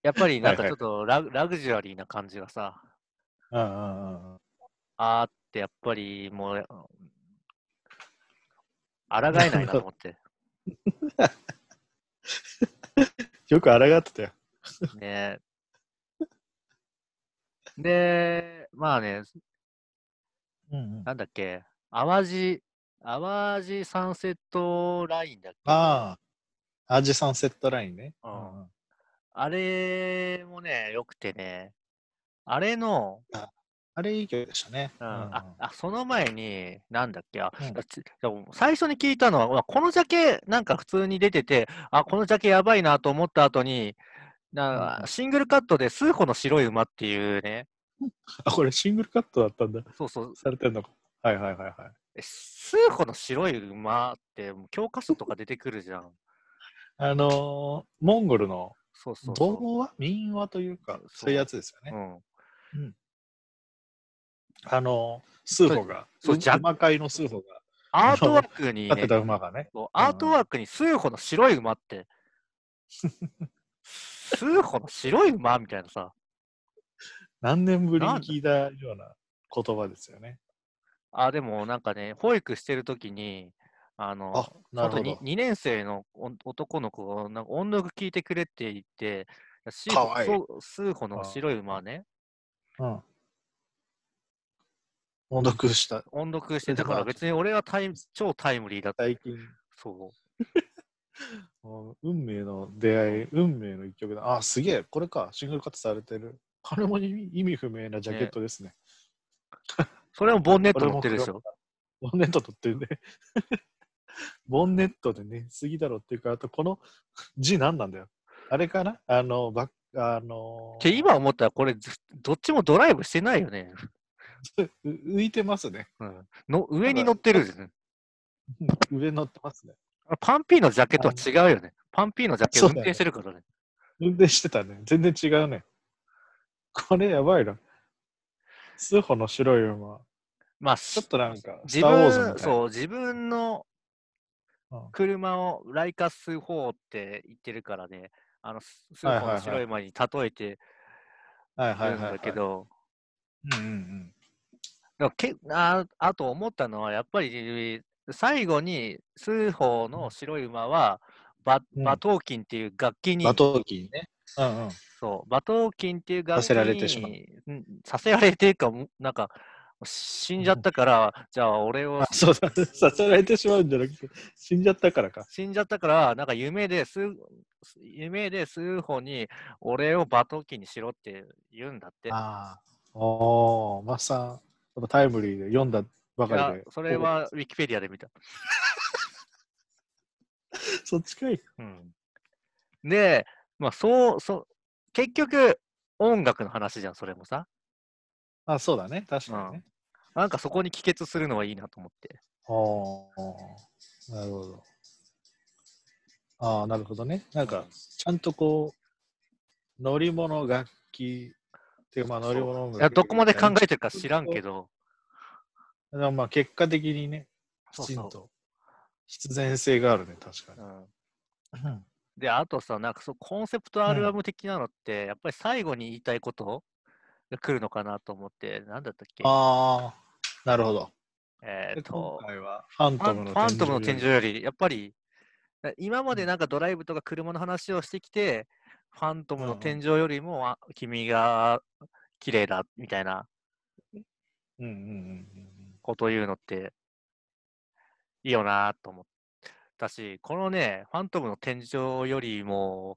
S2: やっぱりなんか
S1: はい
S2: ちょ
S1: は
S2: っとラグラグジュアリーな感じがさ、
S1: うんうんうんうん。
S2: あーってやっぱりもう、抗えないなと思って。
S1: よく抗ってたよ。
S2: ね。で、まあね、
S1: うんうん。あ
S2: なんだっけ、淡路、淡路サンセットラインだっけ
S1: あ。アジサンセットラインね。
S2: うん
S1: うんうん
S2: あれもね、良くてね、あれの、
S1: あれいい曲でしたね。
S2: うん
S1: うんうん
S2: ああ、その前に、なんだっけ、あ
S1: うん
S2: だちでも最初に聞いたのは、うわこのジャケ、なんか普通に出てて、あ、このジャケやばいなと思った後に、
S1: うん
S2: な
S1: うん
S2: シングルカットで、スーホの白い馬っていうね、
S1: あ、これシングルカットだったんだ。
S2: そうそう、
S1: されてんのか。はいはいはいはい。
S2: えスーホの白い馬ってもう教科書とか出てくるじゃん。
S1: あのーモンゴルの
S2: そうそうそう。
S1: 童話民話というか
S2: そう、
S1: そういうやつですよね。
S2: うん、
S1: あのースーホが、
S2: そう
S1: う
S2: ジャ
S1: 馬界のスーホが、
S2: アートワークに、
S1: 立
S2: ね
S1: て、た馬がね。
S2: そうアートワークにスーホの白い 馬って、スーホの白い馬みたいなさ、
S1: 何年ぶりに
S2: なんだ
S1: 聞いたような言葉ですよね。
S2: あ、でもなんかね、保育してる時に、あの、
S1: あ、なるほ
S2: その
S1: ど
S2: 後。に 2, 年生のお男の子がなんか音楽聞いてくれって言って、シー
S1: かわいい
S2: そうスーホの白い馬ね、
S1: うん。音読した。
S2: 音読し
S1: そ
S2: て、
S1: れで
S2: だから
S1: まあ
S2: 別に俺はタイム超タイムリーだった。
S1: 最近、
S2: そう。
S1: もう運命の出会い、運命の一曲だ。あ、すげえ、これか、シングルカットされてる。これも意味意味不明なジャケットですね。
S2: それもボンネッ
S1: こ
S2: ト
S1: れ
S2: 乗
S1: も
S2: ってるでしょ。
S1: ボンネット取ってるね。 ボンネットでね、すぎだろっていうか、あとこの字何なんだよ。あれかなあの、ばあの
S2: って今思ったらこれずどっちもドライブしてないよね。
S1: う 浮いてますね。
S2: うん、の上に乗ってる、ね、
S1: 上乗ってますね。
S2: あパンピーのジャケットは違うよね。パンピーのジャケッ
S1: そう
S2: ト運
S1: だよ
S2: 転してるからね。
S1: 運転してたね。全然違うね。これやばいな。スーホの白い馬。
S2: まあ、
S1: ちょっとなんか、
S2: 自
S1: スター・ウォーズみたい
S2: 分
S1: な。
S2: そう自分の
S1: うん
S2: 車をライカス4って言ってるからね、あのスス
S1: はい
S2: ー
S1: はい
S2: パー
S1: は
S2: の
S1: い
S2: 白い馬に例えて
S1: はいは
S2: る
S1: い
S2: ん
S1: はい、はい。
S2: だけど、
S1: うんうんうん。
S2: だからけああと思ったのは、やっぱり最後にスーホーの白い馬は、バ
S1: うん
S2: バトーキンっていう楽器に、
S1: 馬頭琴ね。うんうん。
S2: そう、馬頭琴っていう楽器に
S1: させられてしまう
S2: うんさせられてるかも、なんか、死んじゃったから、じゃあ俺を
S1: あ、、そうだ。させられてしまうんじゃなくて、死んじゃったからか。
S2: 死んじゃったから、なんか夢でスー、夢でスーホに、俺を馬頭琴にしろって言うんだって。
S1: ああ。おー、マッサン、このタイムリーで読んだば
S2: いや
S1: かりで。
S2: それはウィキペディアで見た。
S1: お。 そっちかい。
S2: うん、で、まあ、そう、そう、結局、音楽の話じゃん、それもさ。
S1: あ、そうだね。確かにね。
S2: なんかそこに帰結するのはいいなと思って。
S1: ああ、なるほど。ああ、なるほどね。なんか、ちゃんとこう、乗り物、楽器っていうか、まあ乗り物音楽
S2: いやどこまで考
S1: え
S2: えてるか知らんけど、
S1: だからまあ結果的にね、き
S2: そう
S1: ちん
S2: そ
S1: と必然性があるね、確か
S2: う。うん
S1: に。うん
S2: で、あとさ、なんかそうコンセプトアルバム的なのって、やっぱり最後に言いたいことが来るのかなと思って、なんだったっけ
S1: ああ、なるほど。
S2: えー
S1: で
S2: っ
S1: 今
S2: と、
S1: 回はファン
S2: ファ
S1: ト
S2: ン
S1: ムの
S2: ファントムの天井
S1: よ
S2: より、やっぱり、な今ま
S1: う
S2: で
S1: ん
S2: なんかドライブとか車の話をしてきて、ファントム
S1: うん
S2: の
S1: うん
S2: 天井よりも、あ君が綺麗だみたいな
S1: り。うんうんうん
S2: ことを言うのって、いいよなと思ったし、このね、ファントムの天井よりも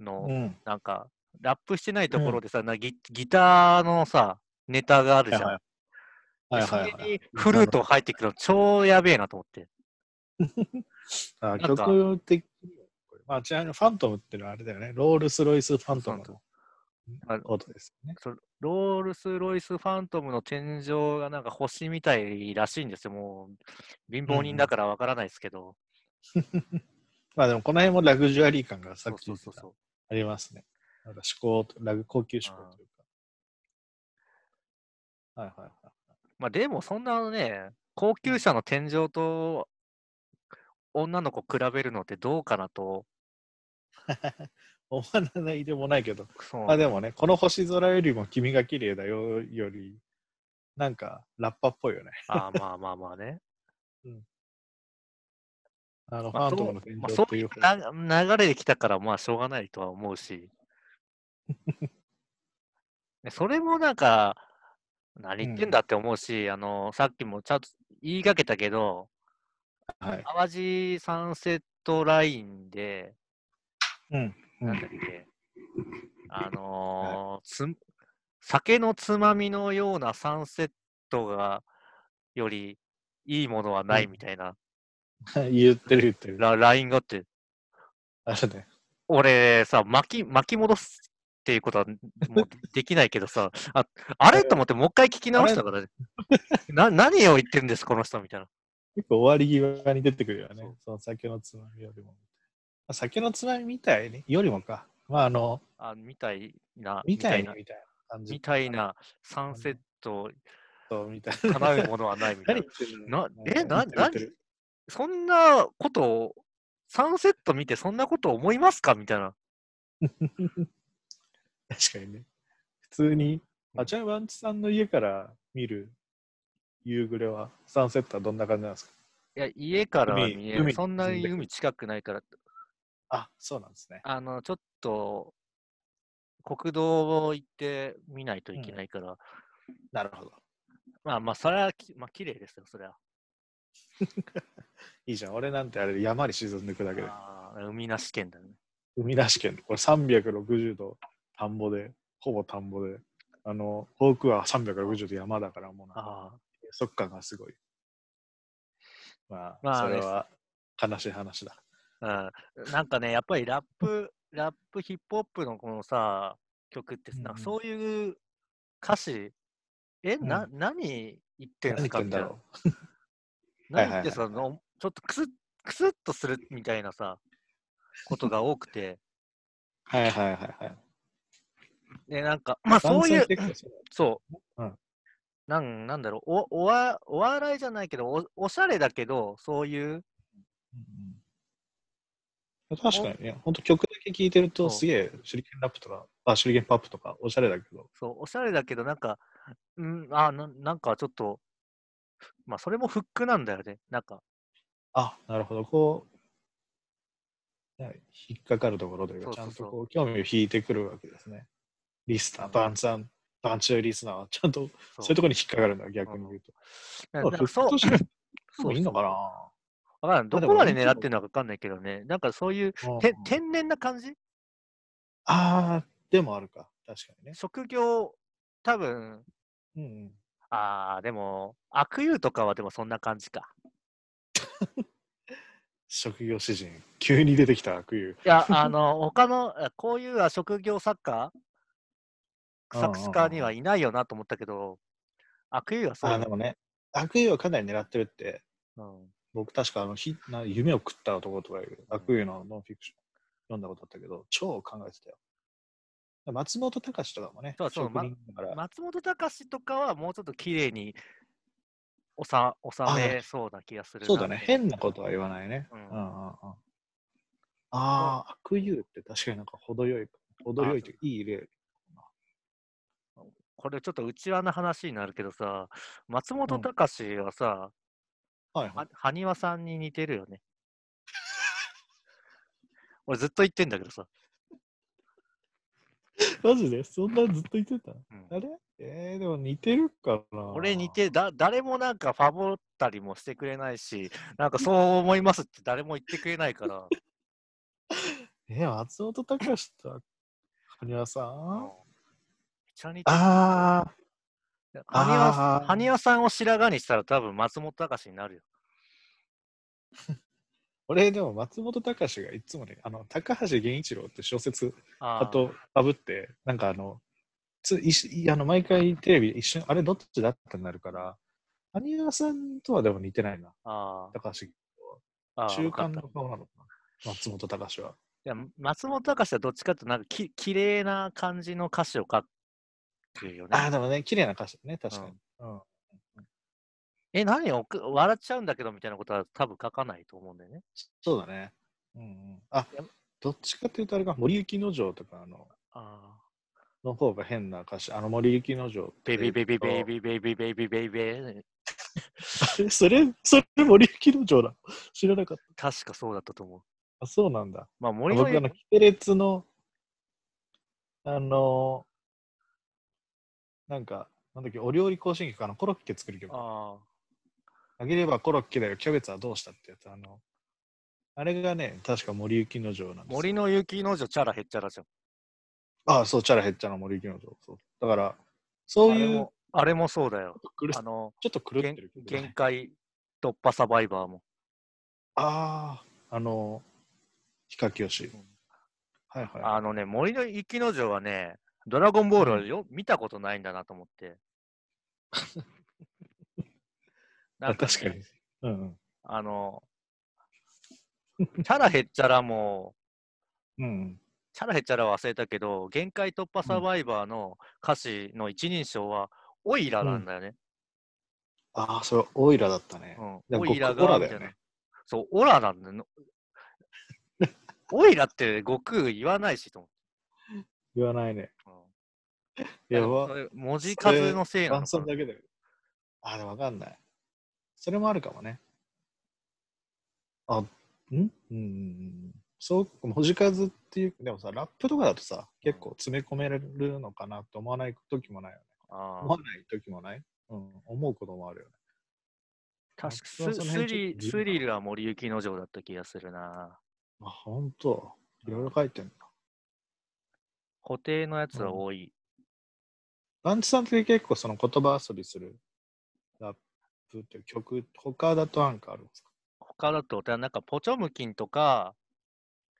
S2: の
S1: うんうん。うん。
S2: なんか、ラップしてないところでさ、なギギターのさ、ネタがあるじゃん。
S1: はいはい
S2: で
S1: はい
S2: そ
S1: は
S2: れに
S1: い。
S2: フルート入ってくるの超やべえなと思って。
S1: あ
S2: んか
S1: 曲的にはこれまあ、ちなみにファントムってのはあれだよね。ロールス・ロイス・ファントム
S2: ファン
S1: の
S2: あ
S1: ことですよね。
S2: そロールス・ロイス・ファントムの天井がなんか星みたいらしいんですよ。もう、貧乏人だからわからないですけど。
S1: まあでもこの辺もラグジュアリー感がさっき言
S2: そう
S1: って
S2: そう
S1: た
S2: そうそう。
S1: ありますね。なんか思考と、ラグ高級思考というか。はいはいはい。
S2: まあでも、そんなね、高級車の天井と女の子比べるのってどうかなと。
S1: 思わないでもないけど、
S2: そう
S1: まあでもね、この星空よりも君が綺麗だよより、なんかラッパっぽいよね。
S2: あーまあまあまあ ね。
S1: あの、フ
S2: ま
S1: ァ
S2: あ
S1: ントムの天井
S2: まあそう
S1: と
S2: い
S1: いうう方が。
S2: な流れできたから、まあしょうがないとは思う し。ねそれもなんか、何言ってんだって思うし、あの、さっきもちゃんと言いかけたけど、
S1: はい。
S2: 淡路サンセットラインで、
S1: うん。う
S2: なん
S1: ん
S2: だっけ、あのーつ、酒のつまみのようなサンセットが、よりいいものはないみたいな、
S1: 言ってる言ってる。
S2: ララインがあって、
S1: あるね。
S2: 俺さ、巻き、巻き戻すっていうことはもうできないけどさ、ああれと思ってもう一回聞き直したからね、な何を言ってるんです、この人みたいな。
S1: 結構終わり際に出てくるよね
S2: そう。
S1: その酒のつまみよりも。まあ酒のつまみみたいに、よりもか。まあ、あの、
S2: あみたいな、
S1: みたいに
S2: な、
S1: みたいな感じ
S2: み。たいなサンセット、
S1: そうみたいな。
S2: 叶うものはないみたい
S1: 何
S2: な
S1: 言。ってん
S2: な
S1: の
S2: えな
S1: 言ってる言ってる
S2: そんなことを、サンセット見てそんなこと思いますかみたいな。
S1: 確かにね。普通に、あちゃんワンチさんの家から見る夕暮れは、サンセットはどんな感じなんですか
S2: いや、家からは
S1: 海
S2: 見え
S1: 海
S2: る。
S1: に
S2: そんな
S1: 沈ん
S2: に
S1: でく
S2: 海近くないから、
S1: あ、そうなんですね。
S2: あの、ちょっと、国道を行って見ないといけないから、
S1: なるほど。
S2: まあまあ、それはき、まあ、綺麗ですよ、それは。
S1: いいじゃん。俺なんてあれ、山に沈んでいくだけで。
S2: あー海なし県だね。
S1: 海なし県、これ360度田んぼで、ほぼ田んぼで、あの、遠くは360度山だから、もうなんか
S2: ああ、
S1: そっかがすごい。まあ、
S2: まあ
S1: それは悲しい話だ。
S2: うん、なんかね、やっぱりラップ、ラップ、ヒップホップのこのさ、曲ってさ、な
S1: う
S2: んか
S1: んうん
S2: そういう歌詞、え、な、何言って
S1: 何
S2: んす
S1: 言
S2: か
S1: ってん
S2: みた
S1: だ
S2: いな
S1: ろ。はい
S2: 何
S1: はいはい
S2: 言ってんすかのちょっとクスッ、クスッとするみたいなさ、ことが多く て、
S1: う。はいはいはいはい。
S2: で、なんか、まあそういう、
S1: 男性結構
S2: そう。
S1: うん
S2: なんなんだろうおおわ、お笑いじゃないけどお、おしゃれだけど、そういう、
S1: そう確かにね、本当曲だけ聴いてると
S2: そう
S1: すげえ手裏剣ラップとか、あ、手裏剣パップとかおしゃれだけど、
S2: そう、おしゃれだけど、なんか、うん、あな、なんかちょっと、まあ、それもフックなんだよね。なんか、
S1: あ、なるほど、こう、ね引っかかるところというか、ち
S2: そうそ
S1: ゃ
S2: うんそう
S1: とこう興味を引いてくるわけですね。リスナー、バンさん、バンチューリスナーはちゃんとそういうところに引っかかるんだ、逆に言うと。
S2: な
S1: まあ
S2: な
S1: ひょ
S2: んか
S1: っ
S2: そう
S1: と、して
S2: そう
S1: いいのかな
S2: わからん。ど
S1: で
S2: こ
S1: も
S2: まで
S1: 俺も
S2: 狙ってるのかわかんないけどね。なんかそういう、
S1: うん
S2: て天然な感じ
S1: ああ、でもあるか。確かにね。
S2: 職業、多分、
S1: うんうん、
S2: ああ、でも、悪友とかはでもそんな感じか。
S1: 職業詩人。急に出てきた悪友。
S2: い や、あの、他の、あこういうあ職業作家
S1: うんうんう
S2: 作
S1: ん
S2: 詞家にはいないよなと思ったけど、悪意はそう
S1: あ
S2: だ
S1: でもね、悪意をかなり狙ってるって、
S2: うん
S1: 僕確かあのひな夢を食った男とかいう悪意のノンフィクション読んだことあったけど、超考えてたよ。松本隆とかもね、
S2: そうそう
S1: 職人だから、
S2: 松本隆とかはもうちょっと綺麗におさ収めそうな気がするな
S1: そうだね、変なことは言わないね。
S2: うん
S1: うんうんうんああ、悪友って確かになんか程よい、程よいというかいい例。
S2: これちょっと内輪の話になるけどさ、松
S1: う
S2: 本
S1: ん
S2: 隆はさ、
S1: はいは。
S2: はい埴輪さんに似てるよ ね。俺ずっと言ってんだけどさ。
S1: マジでそんなずっと言ってた
S2: うん
S1: あれえー、でも似てるかな。
S2: 俺似てだ、誰もなんかファボったりもしてくれないし、なんかそう思いますって誰も言ってくれないから。
S1: えー、松本隆と羽生さ
S2: うんめっ
S1: ん
S2: ちゃ似てる。
S1: あ
S2: 埴輪
S1: あー
S2: 埴輪さんを白髪にしたら多分松本隆になるよ。
S1: 俺でも松本隆がいつもねあの高橋源一郎って小説
S2: あー
S1: あとあぶってなんかあのついしあの毎回テレビ一緒にあれどっちだってなるから羽生さんとはでも似てないな
S2: あー
S1: 高橋
S2: あー
S1: 中
S2: わかっ
S1: 間
S2: た
S1: の顔なのかな松本隆はい
S2: や松本隆はどっちかっていうとなんかき綺麗な感じの歌詞を書くよね。
S1: ああでもね綺麗な歌詞だね確かに、うん
S2: え、何おく笑っちゃうんだけどみたいなことは多分書かないと思うんだよね。
S1: そうだねうん、うん、あ
S2: いや
S1: どっちかっていうとあれか森行之丞とかあの
S2: ああ。
S1: の方が変な歌詞あの森行之丞
S2: ベイビーベイビーベイ
S1: ー
S2: ビーベイビーベイビーベイビー。
S1: それそれ森行之丞だ知らなかった
S2: 確かそうだったと思う。
S1: あそうなんだ
S2: まあ森の
S1: 僕あの、キテレツの、あのーなんか、なんだっけ、お料理更新曲かな、コロッケ作る曲。あ
S2: あ
S1: げればコロッケだよ、キャベツはどうしたってやつ。あの、あれがね、確か森行之丞なん
S2: あ。
S1: ですよ。
S2: 森の雪の女チャラへっちゃらじゃん。
S1: ああ、そう、チャラヘッチャの森行之丞。そうだから、そう
S2: あれ
S1: いう
S2: も、あれもそうだよ。
S1: くる
S2: あの、
S1: ちょっと狂って
S2: げん
S1: る曲だね、
S2: 限界突破サバイバーも。
S1: ああ、あのー、ヒカキヨシ。はいはい。
S2: あのね、森の雪の女はね、ドラゴンボールをよ、見たことないんだなと 思って。な
S1: あ
S2: んね
S1: 確かに。。うんうん。
S2: あの、チャラへっちゃらも、
S1: うんうん、
S2: チャラへチャラは忘れたけど、限界突破サバイバーの歌詞の一人称は、オイラなんだよね。
S1: ああ、それ、オイラだったね。
S2: うん、オイラ
S1: オラだ
S2: が、み
S1: よ
S2: たい
S1: ね
S2: な。そう、オラなんだよ。オイラって悟空言わないしと思
S1: 言わないね。
S2: って。うん
S1: や
S2: そ
S1: ば。
S2: れ文字数のせいな
S1: ワ
S2: の
S1: ン
S2: か
S1: ソ
S2: な
S1: ンだけだよ。あ、でもわかんない。それもあるかもね。あ、んうんうんうん。そう、文字数っていう、でもさ、ラップとかだとさ、結構詰め込めるのかなって思わない時もないよね。
S2: あ
S1: 思
S2: ー
S1: わない時もないうん、思うこともあるよね。
S2: 確か
S1: まあ
S2: ス
S1: その
S2: ス
S1: 辺ちょっと
S2: リ
S1: 自由
S2: スリルは森雪の城だった気がするな。
S1: あ、ほんと。いろいろ書いてんだ。
S2: 固定のやつは多い。
S1: ランチさんって結構その言葉遊びするラップっていう曲、他だとなんかあるんですか
S2: 他だと、なんかポチョムキンとか、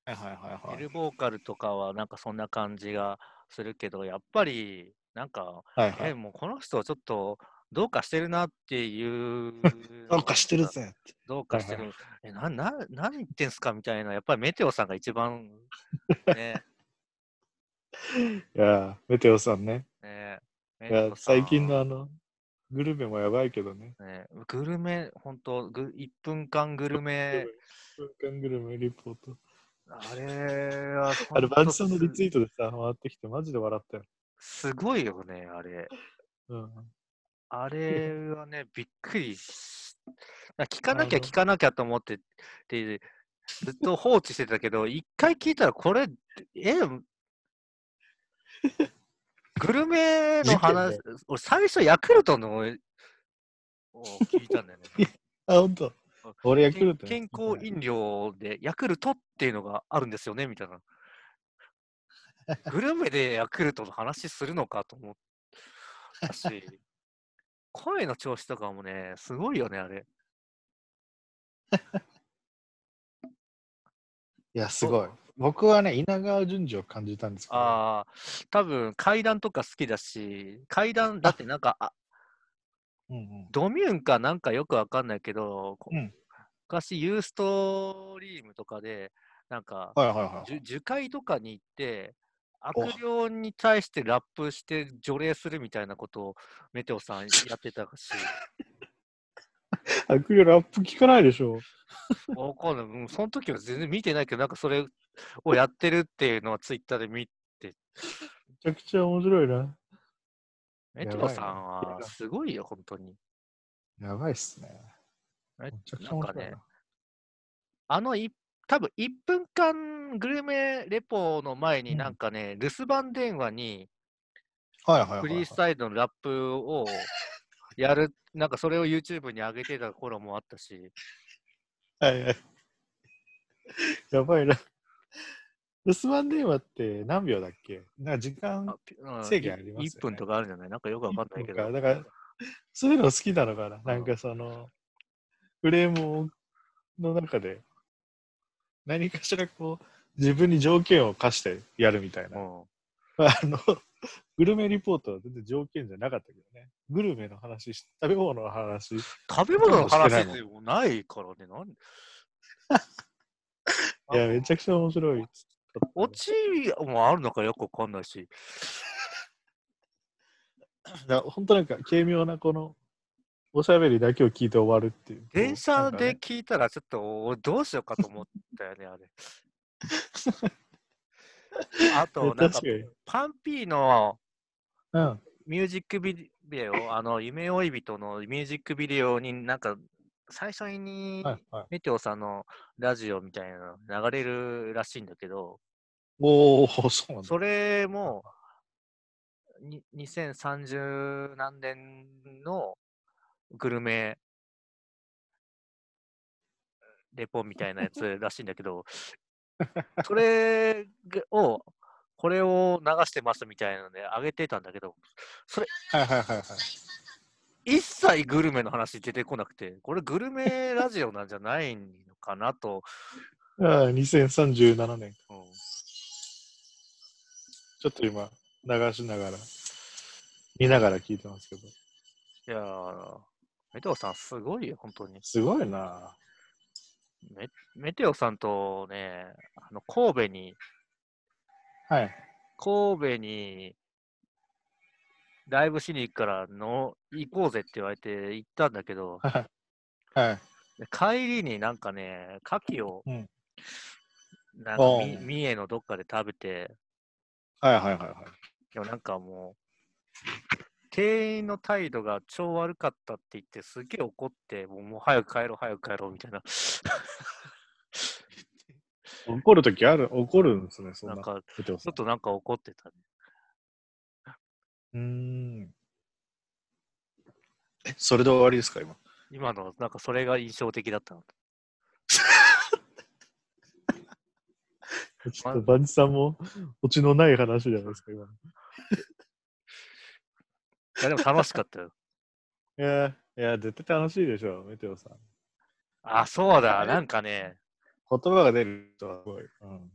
S1: はいはいはいは
S2: エ
S1: い
S2: ル。ボーカルとかはなんかそんな感じがするけど、やっぱりなんか、
S1: はいはい。
S2: え、もうこの人はちょっとどうかしてるなっていう
S1: どうかしてる。ぜって。
S2: どうかして
S1: はい
S2: る。え、な、な、何言ってんすかみたいな、やっぱりメテオさんが一番、ね、
S1: いやー、メテオさんね。
S2: ね、メ
S1: い
S2: テ
S1: や
S2: オさん
S1: 最近のあのグルメもやばいけどね。
S2: ね、グルメ、本当ぐ1分間グルメ、
S1: 瞬間グルメリポート。
S2: あれは、
S1: あれ、
S2: ほ
S1: バ
S2: ん
S1: ン
S2: と
S1: チさんのリツイー
S2: す
S1: トでさ、回ってきて、マジで笑ったよ。
S2: すごいよね、あれ。
S1: うん。
S2: あれはね、びっくりし、な聞かなきゃ
S1: あの
S2: 聞かなきゃと思ってて、ずっと放置してたけど、一回聞いたら、これ、え、グルメの話
S1: 事、
S2: 俺、最初、ヤクルトのを聞いたんだよね。
S1: あ、ほんと。俺、ヤクルト。
S2: 健健康飲料で、ヤクルトっていうのがあるんですよね、みた いな。グルメでヤクルトの話するのかと思ったし、声の調子とかもね、すごいよね、あれ。
S1: いや、すごい。僕はね、稲川淳二を感じたんですけど、
S2: ああ、多分階段とか好きだし、階段だってなんか、あ
S1: うんうん。
S2: ドミューンかなんかよくわかんないけど、こ
S1: うん
S2: 昔ユーストリームとかで、なんか、
S1: はいはいはい。
S2: じゅ樹海とかに行って、
S1: お
S2: 悪霊に対してラップして除霊するみたいなことをメテオ さんやってたし、
S1: 悪霊ラップ聞かないでしょ。
S2: わかんない。うんその時は全然見てないけど、なんかそれをやってるっていうのはツイッターで見
S1: めちゃくちゃ面白いな。
S2: メ
S1: やば
S2: テ
S1: いな
S2: オさん
S1: や
S2: は
S1: ばい
S2: すごいよ、本当に。
S1: やばいっすね。
S2: え
S1: めちゃくちゃ面白いな。
S2: なんかねあのい、多分1分間グルメレポの前
S1: う
S2: に
S1: ん
S2: なんかね、留守番電話に
S1: はいはいはい、はい。
S2: フリースタイルのラップをやる、なんかそれを YouTube に上げてた頃もあったし、
S1: はいはい。 やばいな。留守番電話って何秒だっけなんか時間
S2: あぴうん
S1: 制限ありますよね
S2: 1分とかあるんじゃないなんかよくわかんないけ
S1: とか
S2: ど。
S1: だから、そういうの好きなのかな。なんかその、フレームの中で、何かしらこう、自分に条件を課してやるみたいな。
S2: うん
S1: あの、グルメリポートは全然条件じゃなかったけどね。グルメの話し、食べ物の話、
S2: 食べ物の話
S1: してな
S2: でもないからね、なん
S1: いや、めちゃくちゃ面白い。
S2: オチもあるのかよくわかんないし、
S1: いや、本当なんか軽妙なこの、おしゃべりだけを聞いて終わるっていう。
S2: 電
S1: な
S2: 車
S1: んかね
S2: で聞いたらちょっと俺どうしようかと思ったよ ね、あれ。あ
S1: いや
S2: と、なんか
S1: 確かに
S2: パンピーの
S1: うん。
S2: ミュージックビデオ、あの、夢追い人のミュージックビデオになんか最初に、
S1: はいはい。
S2: メテオさんのラジオみたいなの流れるらしいんだけど、
S1: おお、そうなんだ。
S2: それもに2030何年のグルメレポみたいなやつらしいんだけ ど、それがを、これを流してますみたいなので上げてたんだけど、
S1: はいはいはいはい。
S2: 一切グルメの話出てこなくて、これグルメラジオなんじゃないのかなと、
S1: ああ、2037年。
S2: うん
S1: ちょっと今、流しながら、見ながら聞いてますけど。
S2: いやー、メテオさんすごいよ、本当に。
S1: すごいな
S2: メメテオさんとね、あの神戸に、
S1: はい。
S2: 神戸にライブしに行くからの行こうぜって言われて行ったんだけど、
S1: はい。はい。
S2: で帰りになんかね、牡蠣を、
S1: うん
S2: なんかみ
S1: おう
S2: 三重のどっかで食べて、
S1: はいはいはいはい。
S2: でもなんかもう、店員の態度が超悪かったって言って、すげえ怒って、もうもう早く帰ろう、早く帰ろうみたいな。
S1: 怒るときある、怒るんですね、そん
S2: な
S1: な。
S2: んか、
S1: 見てます
S2: ちょっとなんか怒ってたね。
S1: うーん。え、それで終わりですか、今。
S2: 今の、なんかそれが印象的だったの。
S1: ちょっとバンジさんも、オチのない話じゃないですか、今の。
S2: いや、でも楽しかったよ。
S1: いや、いや、絶対楽しいでしょ、メテオさん。
S2: あ、そうだ、なんかね、
S1: 言葉が出るとはすごい。うん。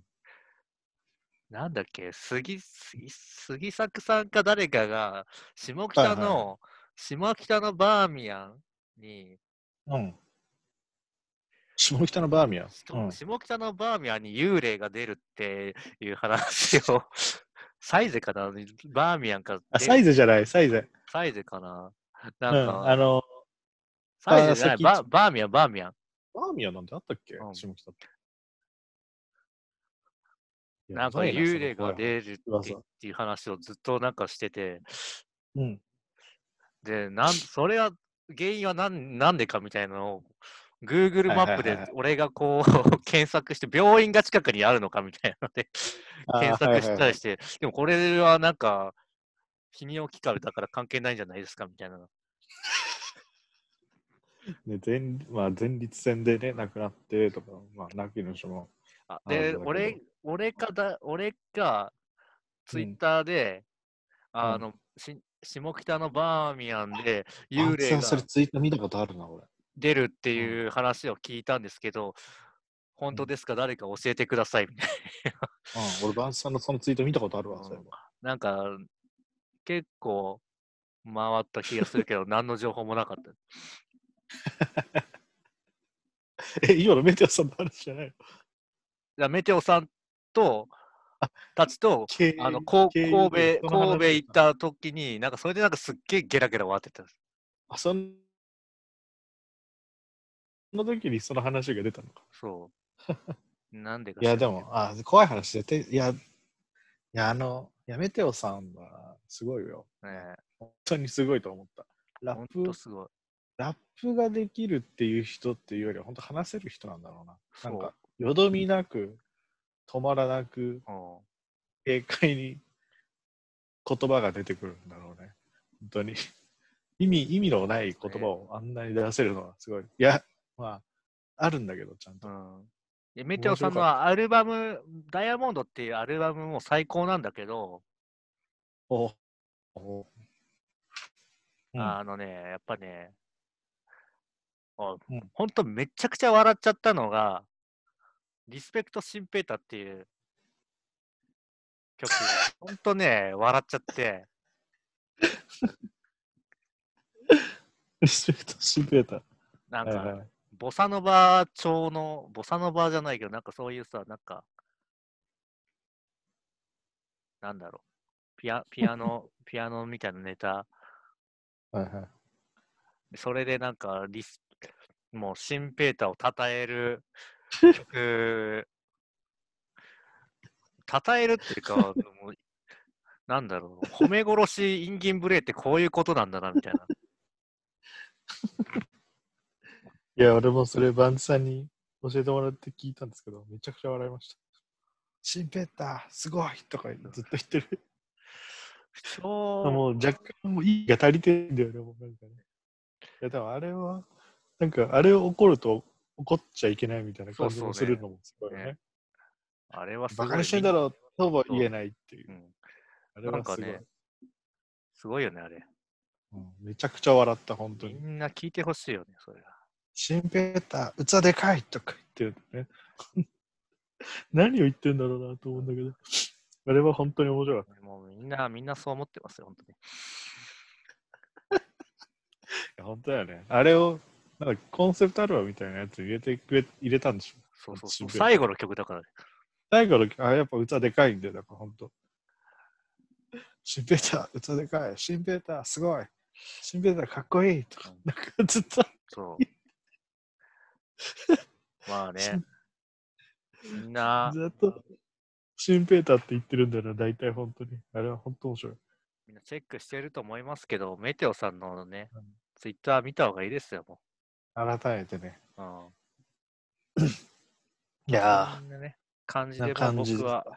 S2: なんだっけ、杉、杉杉作さんか誰かが、下北の、
S1: はい
S2: 下北のバーミヤンに、
S1: うん。下北のバーミヤン。うん。
S2: 下北のバーミヤンに幽霊が出るっていう話を、 サイゼかなバーミヤンか。
S1: あ、サイ
S2: ゼ
S1: ゼじゃない、サイゼ。
S2: サイゼかな
S1: う。
S2: なんんか、
S1: あの、
S2: サイゼじゃない、
S1: あ関
S2: ババーミヤン、バーミヤン。
S1: バーミヤンなんてあったっけ、
S2: うん
S1: 下北って。
S2: なんか
S1: やばいな
S2: 幽霊が。
S1: その
S2: 出るって
S1: 噂
S2: っていう話をずっとなんかしてて、
S1: 声うん。
S2: で、なん、それは、原因はなんなんでかみたいなのを、Google
S1: はい
S2: マ
S1: はい
S2: ッ
S1: はい
S2: プ
S1: はい
S2: で俺がこう、 検索して、病院が近くにあるのかみたいなので、
S1: あー
S2: 検索し
S1: はいは
S2: た
S1: い
S2: りして、でもこれはなんか、泌尿器科だから関係ないんじゃないですかみたいなの。
S1: ね、前まあ、前立腺でね、亡くなってとか、まあ、亡き主も。
S2: あ
S1: なる
S2: で、
S1: ほど
S2: 俺、俺かだ、俺か、ツイッターで、あの、し下北のバーミヤンで幽霊
S1: あそれ
S2: が
S1: ツイート見たことあるな、俺。
S2: 出るっていう話を聞いたんですけど、本当ですか誰か教えてくださいみたいな。
S1: うん、俺、バンスさんのそのツイート見たことあるわ、
S2: うん
S1: そういえば
S2: なんか、結構、回った気がするけど、何の情報もなかった。
S1: え、今のメテオさんの話じゃないの
S2: いやメテオさんと、たちと、
S1: 経
S2: あの、
S1: 営
S2: こう
S1: 経
S2: 神
S1: 由
S2: 戸、
S1: でその話
S2: 神戸行った時に、なんかそれでなんかすっげえゲラゲラ笑ってたんです。
S1: あそんその時にその話が出たのか。
S2: そう。なんでか
S1: いや、
S2: 知
S1: で
S2: らんけ
S1: も
S2: ど、
S1: あ怖い話絶対、いや、いや、あの、やめてよさんは、すごいよ。
S2: ね
S1: 本当にすごいと思った。
S2: え、
S1: ラ
S2: ほ
S1: ッ
S2: ん
S1: プ
S2: と、すごい。
S1: ラップができるっていう人っていうよりは、本当話せる人なんだろうな。
S2: そ
S1: な
S2: うん
S1: か、よどみなく、止まらなく、
S2: うん
S1: 軽快に言葉が出てくるんだろうね。本当に。 意味、意味のない言葉をあんなに出せるのはすごい。いや、まあ、あるんだけど、ちゃんと。
S2: うんでメテオさん
S1: 面白か
S2: のアルバム、ダイヤモンドっていうアルバムも最高なんだけど、
S1: おおうん
S2: あのね、やっぱね、あ
S1: うん
S2: ほんとめちゃくちゃ笑っちゃったのが、リスペクトシンペータっていう曲、ほんとね、笑っちゃって、
S1: リスペクト シンペーター。
S2: なん
S1: はい
S2: か、
S1: はい
S2: ボサノバ調の、ボサノバじゃないけど、なんかそういうさ、なんか、なんだろう、ピアピアノ、ピアノみたいなネタ、
S1: はいはい
S2: それでなんかリス、もうシンペーターを称 える曲、称えるっていうか、もうなんだろう、褒め殺し、インギンブレーってこういうことなんだな、みたいな。
S1: いや、俺もそれ、バンツさんに教えてもらって聞いたんですけど、めちゃくちゃ笑いました。シンペーター、すごいとかずっと言ってる。
S2: そう、
S1: もう若干もういいが足りてんだよね、もうなんかね。いや、でもあれは、なんかあれを怒ると怒っちゃいけないみたいな感じ
S2: そう
S1: も
S2: そ
S1: す
S2: うね
S1: るのもすごいよね。
S2: ねあれはすご
S1: バ
S2: い。
S1: カにしてんだろ、とも言えないっていうう。
S2: ん
S1: あれはすごい、
S2: なんかねすごいよね、あれ。
S1: うんめちゃくちゃ笑った、本当
S2: み
S1: に。
S2: んな聞いてほしいよね、それが。
S1: シンペーター、器でかいとか言ってるね。 何を言ってんだろうなと思うんだけど。あれは本当に面白かっ
S2: もうみんな、みんなそう思ってますよ、本当に。
S1: た。本当だよね。あれを、なんかコンセプトアルバムみたいなやつ入れてくれ、入れたんでしょ。
S2: そうそう
S1: シ
S2: そ
S1: ン
S2: う。
S1: プル
S2: 最後の曲だからね。
S1: 最後の、あ、やっぱ歌でかいんだよ、だから本当。シンペーター、歌でかい。シンペーター、すごい。シンペーター、かっこいい。とか、なんかずっと、
S2: そう。 まあね。みんな、
S1: ずっと、シンペーターって言ってるんだよな、大体本当に。あれは本当面白い。
S2: みんなチェックしてると思いますけど、メテオさんのね
S1: うん、
S2: ツイッター見た方がいいですよ、も
S1: 改めてね。
S2: う。うん。
S1: いやー
S2: そんなね、感じ
S1: な
S2: で、まあ
S1: 感じ
S2: 僕
S1: で
S2: は
S1: す、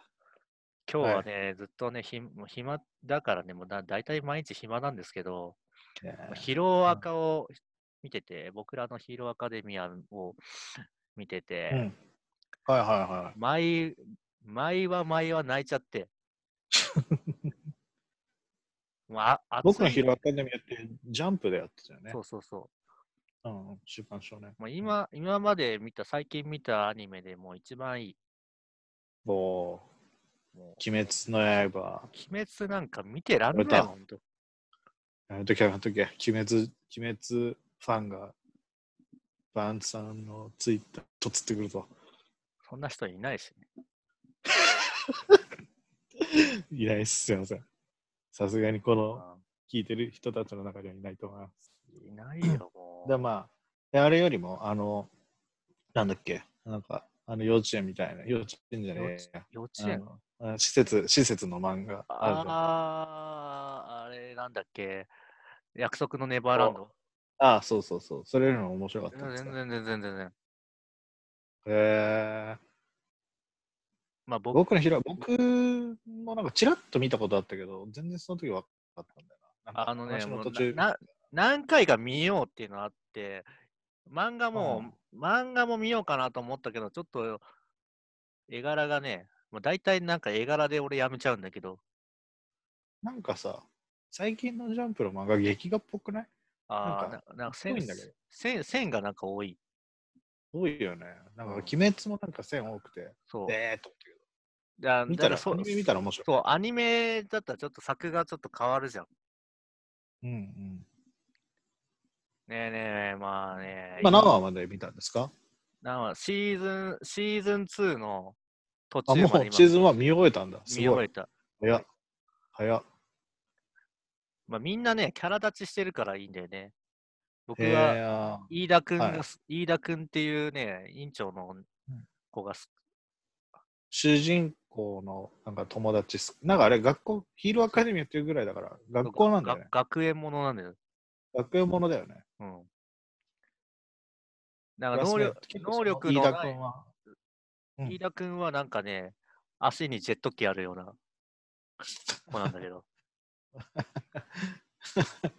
S2: 今日はね、ずっとね、ひもう暇だからね、もうだ大体毎日暇なんですけど、まあヒロアカを見てて、僕らのヒーローアカデミアを見てて、
S1: うん。はいはいはい。
S2: 毎、毎は毎は泣いち ゃって。まあ、
S1: 僕の
S2: 暑い
S1: ヒロアカデミアってジャンプでやってたよね
S2: そ。うそうそう。
S1: うん、出版少年。
S2: まあ、今、今まで見た、最近見たアニメでもう一番いい。
S1: おー
S2: も
S1: 鬼滅の刃。
S2: う、鬼滅なんか見てらん
S1: ま
S2: ない
S1: た
S2: もん、ほんと。
S1: やめときゃやめときゃ。鬼滅、鬼滅ファンが、バンツさんのツイッターとつってくると。
S2: そんな人いないし、ね。
S1: いないっす、すいません。さすがにこの
S2: ま
S1: 聞いてる人たちの中にはいないと思います。
S2: あいないよ、もう。
S1: で、まあで、あれよりも、あの、なんだっけ、なんか、あの幼稚園みたいな、幼稚園じゃ
S2: 幼
S1: ね
S2: 稚
S1: えや
S2: 幼稚
S1: あ
S2: 園。
S1: のあ施設、施設の漫画あるじゃん。
S2: あー、あれなんだっけ。約束のネバーランド。
S1: ああ、そうそうそう。それよりも面白かったん
S2: 全
S1: です
S2: 然
S1: か。
S2: 全然全然。
S1: へえ
S2: まあ僕、
S1: 僕のヒロ僕もなんかちらっと見たことあったけど、全然その時分かったんだよな。なんか
S2: あのね、
S1: 話
S2: も
S1: の
S2: う
S1: 途中。
S2: なな何回か見ようっていうのあって、漫画も、漫画も見ようかなと思ったけど、ちょっと絵柄がね、まあ、大体なんか絵柄で俺やめちゃうんだけど、
S1: なんかさ、最近のジャンプの漫画、劇画っぽくない
S2: あ
S1: な
S2: ー
S1: ん
S2: ななんか線
S1: 多いんだけど
S2: 線線がなんか多い。
S1: 多いよね。なんか、
S2: うん
S1: 鬼滅もなんか線多くて、
S2: そう。
S1: えーっと思ったけど。
S2: だ
S1: 見た、
S2: だからそ
S1: アニメ見たら面白い。
S2: そう、アニメだったらちょっと作がちょっと変わるじゃん。
S1: うんうん。
S2: ねえねえ、まあね。
S1: 今何話まで見たんですか
S2: 何話シーズン、シーズン2の途
S1: あ、
S2: 中
S1: も
S2: まで
S1: う
S2: 今
S1: シーズン1見終えたんだ。す
S2: 見
S1: ご
S2: 終
S1: い
S2: え。た。
S1: 早っ。早っ。
S2: まあ、みんなね、キャラ立ちしてるからいいんだよね。僕
S1: へ
S2: は、
S1: えあ
S2: 飯田くん
S1: はい
S2: がす、飯田くんっていうね、院長の子がす、
S1: 主人公のなんか友達す、なんかあれ、学校、ヒーローアカデミーやってるぐらいだから、学校なんだよね
S2: が。学園ものなんだよ。
S1: 学園ものだよね。
S2: うん。なんか能力、
S1: 結構そ
S2: 能力の
S1: 飯田
S2: ない
S1: 君は。うん
S2: 飯田くんはなんかね、足にジェット機あるような子なんだ けど。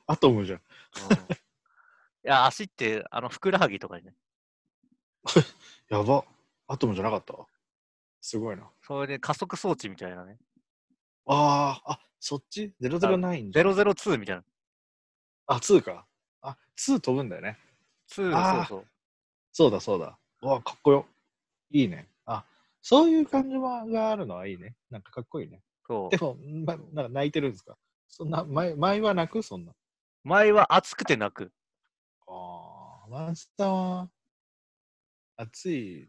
S1: アトムじゃん。
S2: うん、いや、足って、あの、ふくらはぎとかにね。
S1: やば。アトムじゃなかったすごいな。
S2: それで加速装置みたいなね。
S1: ああ、あ、そっち ?009 じゃん。
S2: 002みたいな。
S1: あ、2か。あ、2飛ぶんだよね。
S2: 2、
S1: あー
S2: そうそう。
S1: そうだそうだ。うわ、かっこよ。いいね。あ、そういう感じはがあるのはいいね。なんかかっこいいね。
S2: そう
S1: でも、ま、なんか泣いてるんですかそんな、前、前は泣くそんな。
S2: 前は熱くて泣く。
S1: ああ、マンスターは、暑い、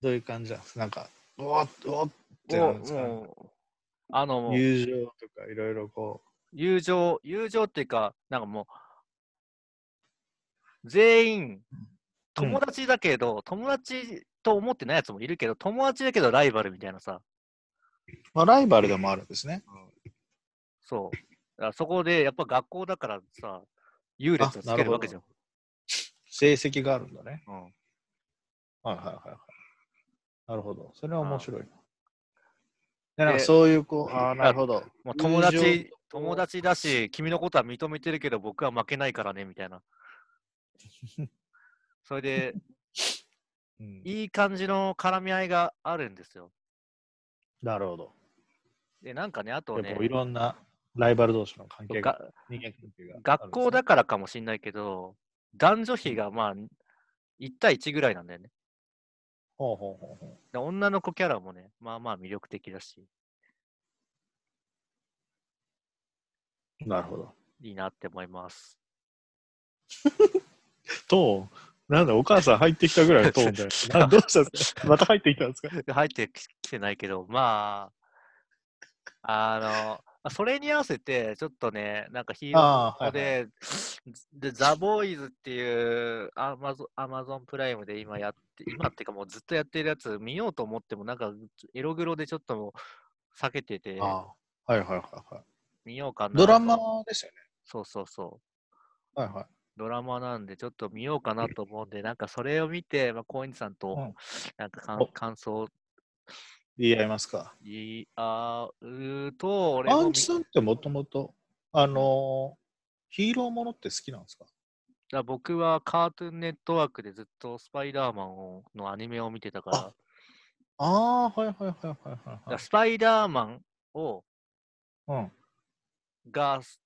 S1: どういう感じなんですかなんか、うわっ、うわっってな
S2: も
S1: んです
S2: う、
S1: かね
S2: もうあの、もう
S1: 友情とかいろいろこ
S2: 友情、友情っていうか、なんかもう、全員、
S1: うん
S2: 友達だけど、友達と思ってないやつもいるけど、友達だけどライバルみたいなさ、
S1: う、まあ、ライバルでもあるんですね。
S2: そう。だからそこで、やっぱ学校だからさ、優劣をつけるわけじゃん。
S1: 成績があるんだね。
S2: うん、
S1: はいはいはいはい。なるほど。それは面白いな。
S2: で
S1: でなんかそういうこう、ああ、なるほど。
S2: もう友達
S1: 友情、
S2: 友達だし、君のことは認めてるけど、僕は負けないからね、みた いな。それで、
S1: うん
S2: いい感じの絡み合いがあるんですよ。
S1: なるほど。
S2: で、なんかね、あと
S1: やっ
S2: ね
S1: ぱ、いろんなライバル同士の関係が、
S2: が
S1: 人間関係があるんですね
S2: 学校だからかもしれないけど、男女比がまあ、1対1ぐらいなんだよね。
S1: ほうほうほうほう。
S2: で女の子キャラもね、まあまあ魅力的だし、
S1: なるほど。
S2: いいなって思います。
S1: トーン、なんだ、お母さん入ってきたぐらいのトーンで。などうしたんですかまた入ってきたんですか
S2: 入ってききてないけど、まあ、あの、あそれに合わせて、ちょっとね、なんかヒーロ
S1: ああ
S2: ー
S1: はいはい
S2: で、で、ザ・ボーイズっていうアマゾアマゾンプライムで今やって、今っていうかもうずっとやってるやつ見ようと思っても、なんかエログロでちょっともう避けてて、
S1: ああ、はいはいはいはい。
S2: 見ようかなと。
S1: ドラマですよね。
S2: そうそうそう。
S1: はいはい。
S2: ドラマなんで、ちょっと見ようかなと思うんで、なんかそれを見て、まあ、高円寺さん
S1: う
S2: と
S1: ん、
S2: なんかかん
S1: お
S2: 感想
S1: 言い合いますか。
S2: 言い合うと、俺
S1: ア
S2: も
S1: ン
S2: 見
S1: チさんってもともと、あのーヒーローものって好きなんですか
S2: だ僕はカートゥーンネットワークでずっとスパイダーマンをのアニメを見てたから、
S1: あああ、はいはいはいはいはい、
S2: だ
S1: はい
S2: スパイダーマンを
S1: うん。
S2: がす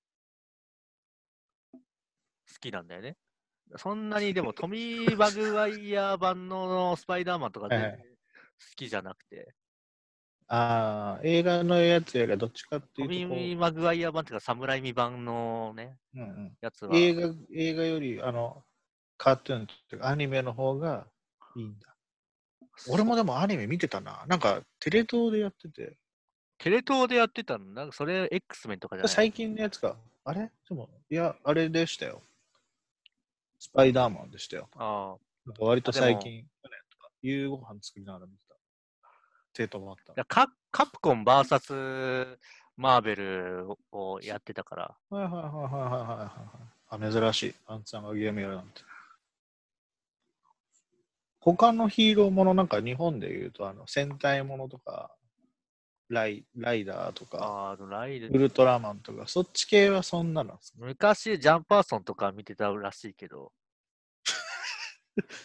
S2: 好きなんだよね。そんなにでもトミー・バグワイヤー版のスパイダーマンとか
S1: はい
S2: 全
S1: はい
S2: 然好きじゃなくて、
S1: ああ、映画のやつよりはどっちかって
S2: ト
S1: い
S2: ミ
S1: うとこ
S2: ー・バグワイヤー版っていうか、サムライミ版のね、
S1: う、うん
S2: やつ
S1: う
S2: は
S1: ん、、映画映画よりあのカートゥーンっていうかアニメの方がいいんだ。俺もでもアニメ見てたな。なんかテレ東でやってて。
S2: テレ東でやってたの、なんかそれ X メンとかじゃない
S1: 最近のやつか。あれでも、いや、あれでしたよ。スパイダーマンでしたよ。
S2: ああ
S1: なんか割と最
S2: あ
S1: 近、
S2: で
S1: 去年とか、夕ご飯作りながら見てた。テートもあっ
S2: だカカプコン VS マーベルをやってたから、
S1: た。はいはいはいはいはいはいはい。あ、珍しい。アンツさんがゲームやるなんて。他のヒーローものなんか日本で言うと、あの、戦隊ものとか、ライライダーとか、
S2: あのライ
S1: ウ
S2: ル
S1: ルトラマンとか、そっち系はそんななんですか
S2: 昔、ジャンパーソンとか見てたらしいけど、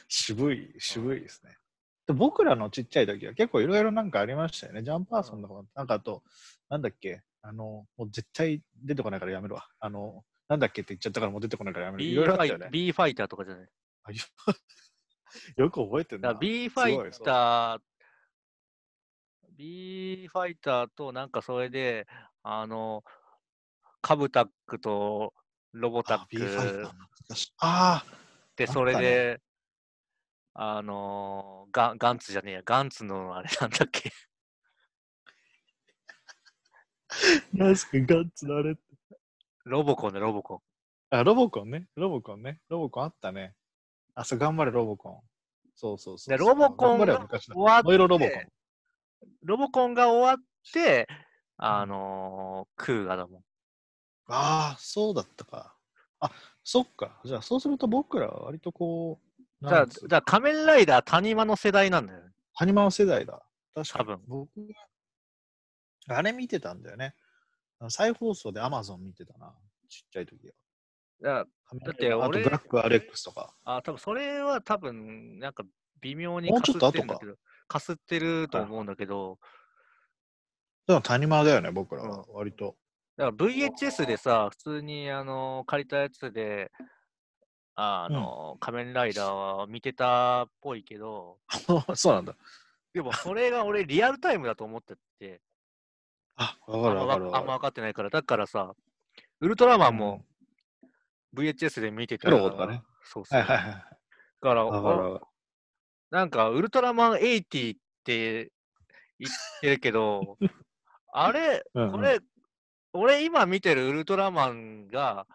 S1: 渋い、渋いですね。で僕らのちっちゃい時は結構いろいろなんかありましたよね。ジャンパーソンとか、なんかあと、なんだっけ、あの、もう絶対出てこないからやめるわ。あの、なんだっけって言っちゃったからもう出てこないからやめる。い
S2: B
S1: ろい
S2: フ
S1: ろあっ
S2: ァ
S1: た
S2: イ
S1: よね。
S2: B ファイターとかじゃない。
S1: あよよく 覚えてる
S2: だ
S1: な。
S2: B フ
S1: ごい
S2: ァイター、B ファイターとなんかそれで、あの、カブタックとロボタ
S1: あ、
S2: ッ
S1: B5
S2: ク
S1: か。懐かしいああ、
S2: で、
S1: あったね
S2: それで、あのーガン、ガンツじゃねえや、ガンツのあれなんだっけ、
S1: 何すか、ガッツのあれ。
S2: ロボコンだ、ロボコン。
S1: あ、ロボコンね。ロボコンね。ロボコンあったね。あ、そう、頑張れ、ロボコン。そうそうそうそう。
S2: でロボコ
S1: 頑
S2: ン
S1: 張れは昔だ。
S2: 終わっ
S1: ノイロロボコン。
S2: ロボコンが終わって、あのークーガだもん。
S1: ああ、そうだったか。あ、そっか。じゃあ、そうすると僕らは割とこう、
S2: だから
S1: な、んつう
S2: だから仮面ライダー谷間の世代なんだよね。
S1: ハニマン世代だ。確かに。
S2: 多分
S1: 僕が、あれ見てたんだよね。あの再放送で Amazon 見てたな。ちっちゃい時は。
S2: だからだって
S1: あと
S2: 俺
S1: ブラック RX とか。
S2: あ、多分それは多分、なんか微妙に
S1: もう
S2: か
S1: ち
S2: す
S1: ょっと
S2: ってるんだ
S1: 後か
S2: けど、かすってると思うんだけど、
S1: でも谷間だよね、僕らは。
S2: う
S1: 割 と。
S2: だから VHS でさ、普通に、あのー借りたやつで、あのー仮面ライダーは見てたっぽいけど、
S1: そうなんだ。
S2: でもそれが俺リアルタイムだと思ってて、
S1: あ、わかる
S2: あんま
S1: わ
S2: わ
S1: か
S2: あ
S1: る
S2: ん
S1: わ
S2: ま
S1: か
S2: 分
S1: る。
S2: かってないから、だからさ、ウルトラマ
S1: う
S2: ン
S1: ん
S2: も VHS で見て
S1: ペ
S2: た
S1: ロとかね。
S2: そうそう。
S1: はいはい
S2: だ
S1: はい。
S2: から、
S1: わかるわかる。
S2: なんかウルトラマン80って言ってるけど、 あれ、
S1: うんうん
S2: これ、俺今見てるウルトラマンが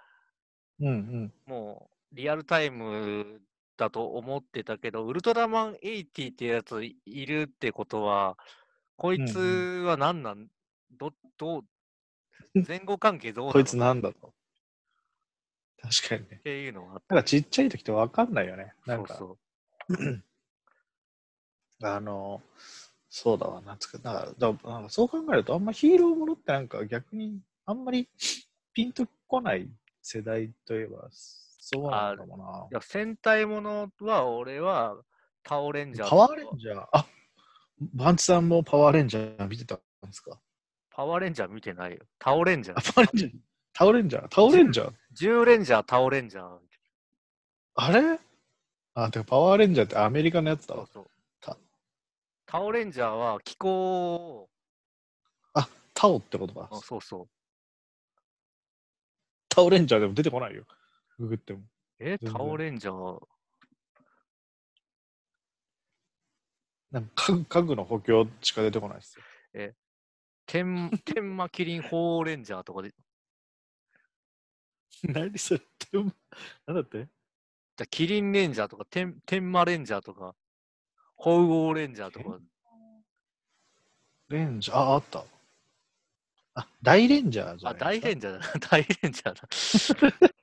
S1: うんうん。
S2: もうリアルタイムだと思ってたけど、ウルトラマン80ってやついいるってことは、こいつは何なん、ど、どう、前後関係どうな
S1: こ
S2: の
S1: いつなんだと。確かにね
S2: っ。ていうのがあっ
S1: なんかちっちゃい時ってわかんないよね。なんか、
S2: そうそう。
S1: あの、そうだわ、なんつうか、なんかだからなんかそう考えると、あんまヒーローものってなんか逆に、あんまりピンとこない世代といえば、そうなのかも
S2: いや、戦隊ものは俺はタオレンジャ
S1: な。
S2: ー
S1: パ
S2: と
S1: ワーレン
S2: か
S1: ジャー、あバンチさんもパワーレンジャー見てたんですか
S2: パワーレンジャー見てないよ。タオレンジャ
S1: あ、
S2: ー。
S1: パワーレンジャー、タオレンジャー、タオレンジャー、
S2: 10レンジャー、タオレンジャー。
S1: あれあ、てかパワーレンジャーってアメリカのやつだ
S2: そう
S1: わ。
S2: そう
S1: た
S2: タオレンジャーは気候を
S1: タオってことか
S2: あ。そうそう。
S1: タオレンジャーでも出てこないよ。ググっても。
S2: え、
S1: 全然
S2: タオレンジャー。
S1: なんか家具家具の補強しか出てこないですよ。
S2: 天天魔キリンホーレンジャーとかで、じ
S1: 何それって、なんだって
S2: ゃキリンレンジャーとか、天天魔レンジャーとか、ホウオーレンジャーとか、
S1: レンジャー、あ、あった。あ、大レンジャーじゃ
S2: あ、
S1: ないで
S2: 大
S1: すか
S2: レンジャーだ。大レンジャーだ。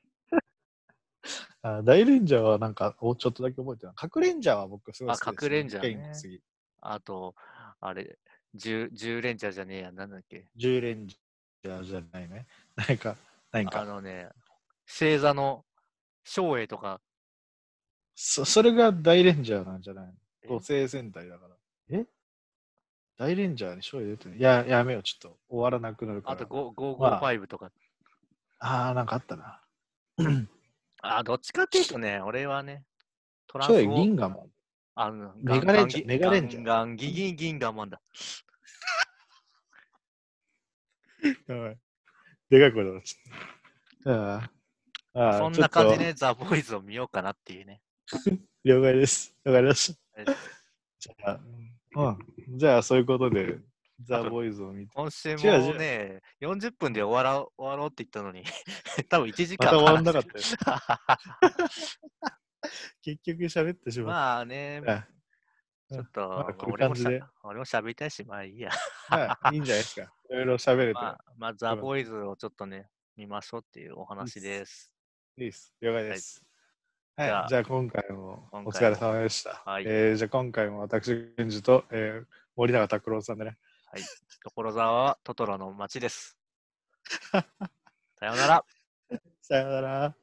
S1: あ大レンジャーはなんか、おちょっとだけ覚えてない。核レンジャーは僕すごい好きです、
S2: あ核レンジャーね
S1: 剣が好き
S2: あと、あれ、10, 10レンジャーじゃねえや、なんだっけ。
S1: 10レンジャーじゃない ね。なんか、なん
S2: あ
S1: か、
S2: のね、星座の照英とか、
S1: そそれが大レンジャーなんじゃないの
S2: え
S1: 五星戦隊だから。え大レンジャーに勝利出てるいや、やめよう、ちょっと終わらなくなるから。
S2: あと5 5
S1: まあ
S2: 555とか。
S1: あー、なんかあったな。
S2: あ、どっちかっていうとね、俺はね、トランス
S1: そ
S2: フ
S1: うよ、
S2: ォー
S1: 銀河も。
S2: あの、
S1: メガレンジャーメガレンジャー
S2: ガンガンギギギンガンマンだ。
S1: やばい。でかい声 だな、ちょっと。ああ。ああ
S2: そんな感じ
S1: ち
S2: で、
S1: ょっ
S2: ね、ザ・ボーイズを見ようかなっていうね。
S1: と了解です。わかりました。
S2: え
S1: じゃあ、うん。じゃあ、そういうことで、ザ・ボーイズを見て。
S2: 今週も
S1: 違う違う
S2: ね、40分で終わら終わろうって言ったのに、多分1時
S1: ま
S2: 間
S1: た終わんな
S2: 話
S1: かっ
S2: した
S1: よ。結局喋ってしまっ
S2: まあね、
S1: た。
S2: ちょっ
S1: まあ
S2: と、
S1: こういう
S2: 俺も
S1: 感
S2: し
S1: じ
S2: ゃ
S1: で
S2: 俺も喋りたいし、まあいいや。
S1: まあ、いいんじゃないですか。いろいろ喋れて。
S2: まあ、まあ、ザ・ボーイズをちょっとね、見ましょうっていうお話です。
S1: いいです。了解です。
S2: い
S1: はい、
S2: じゃあ
S1: じゃあ今回も
S2: 今回も
S1: お疲れ様でした。
S2: はい
S1: えーじゃあ今回も私、源氏と、えー森永拓郎さんでね。
S2: 所沢はトトロの街です。さようなら。
S1: さようなら。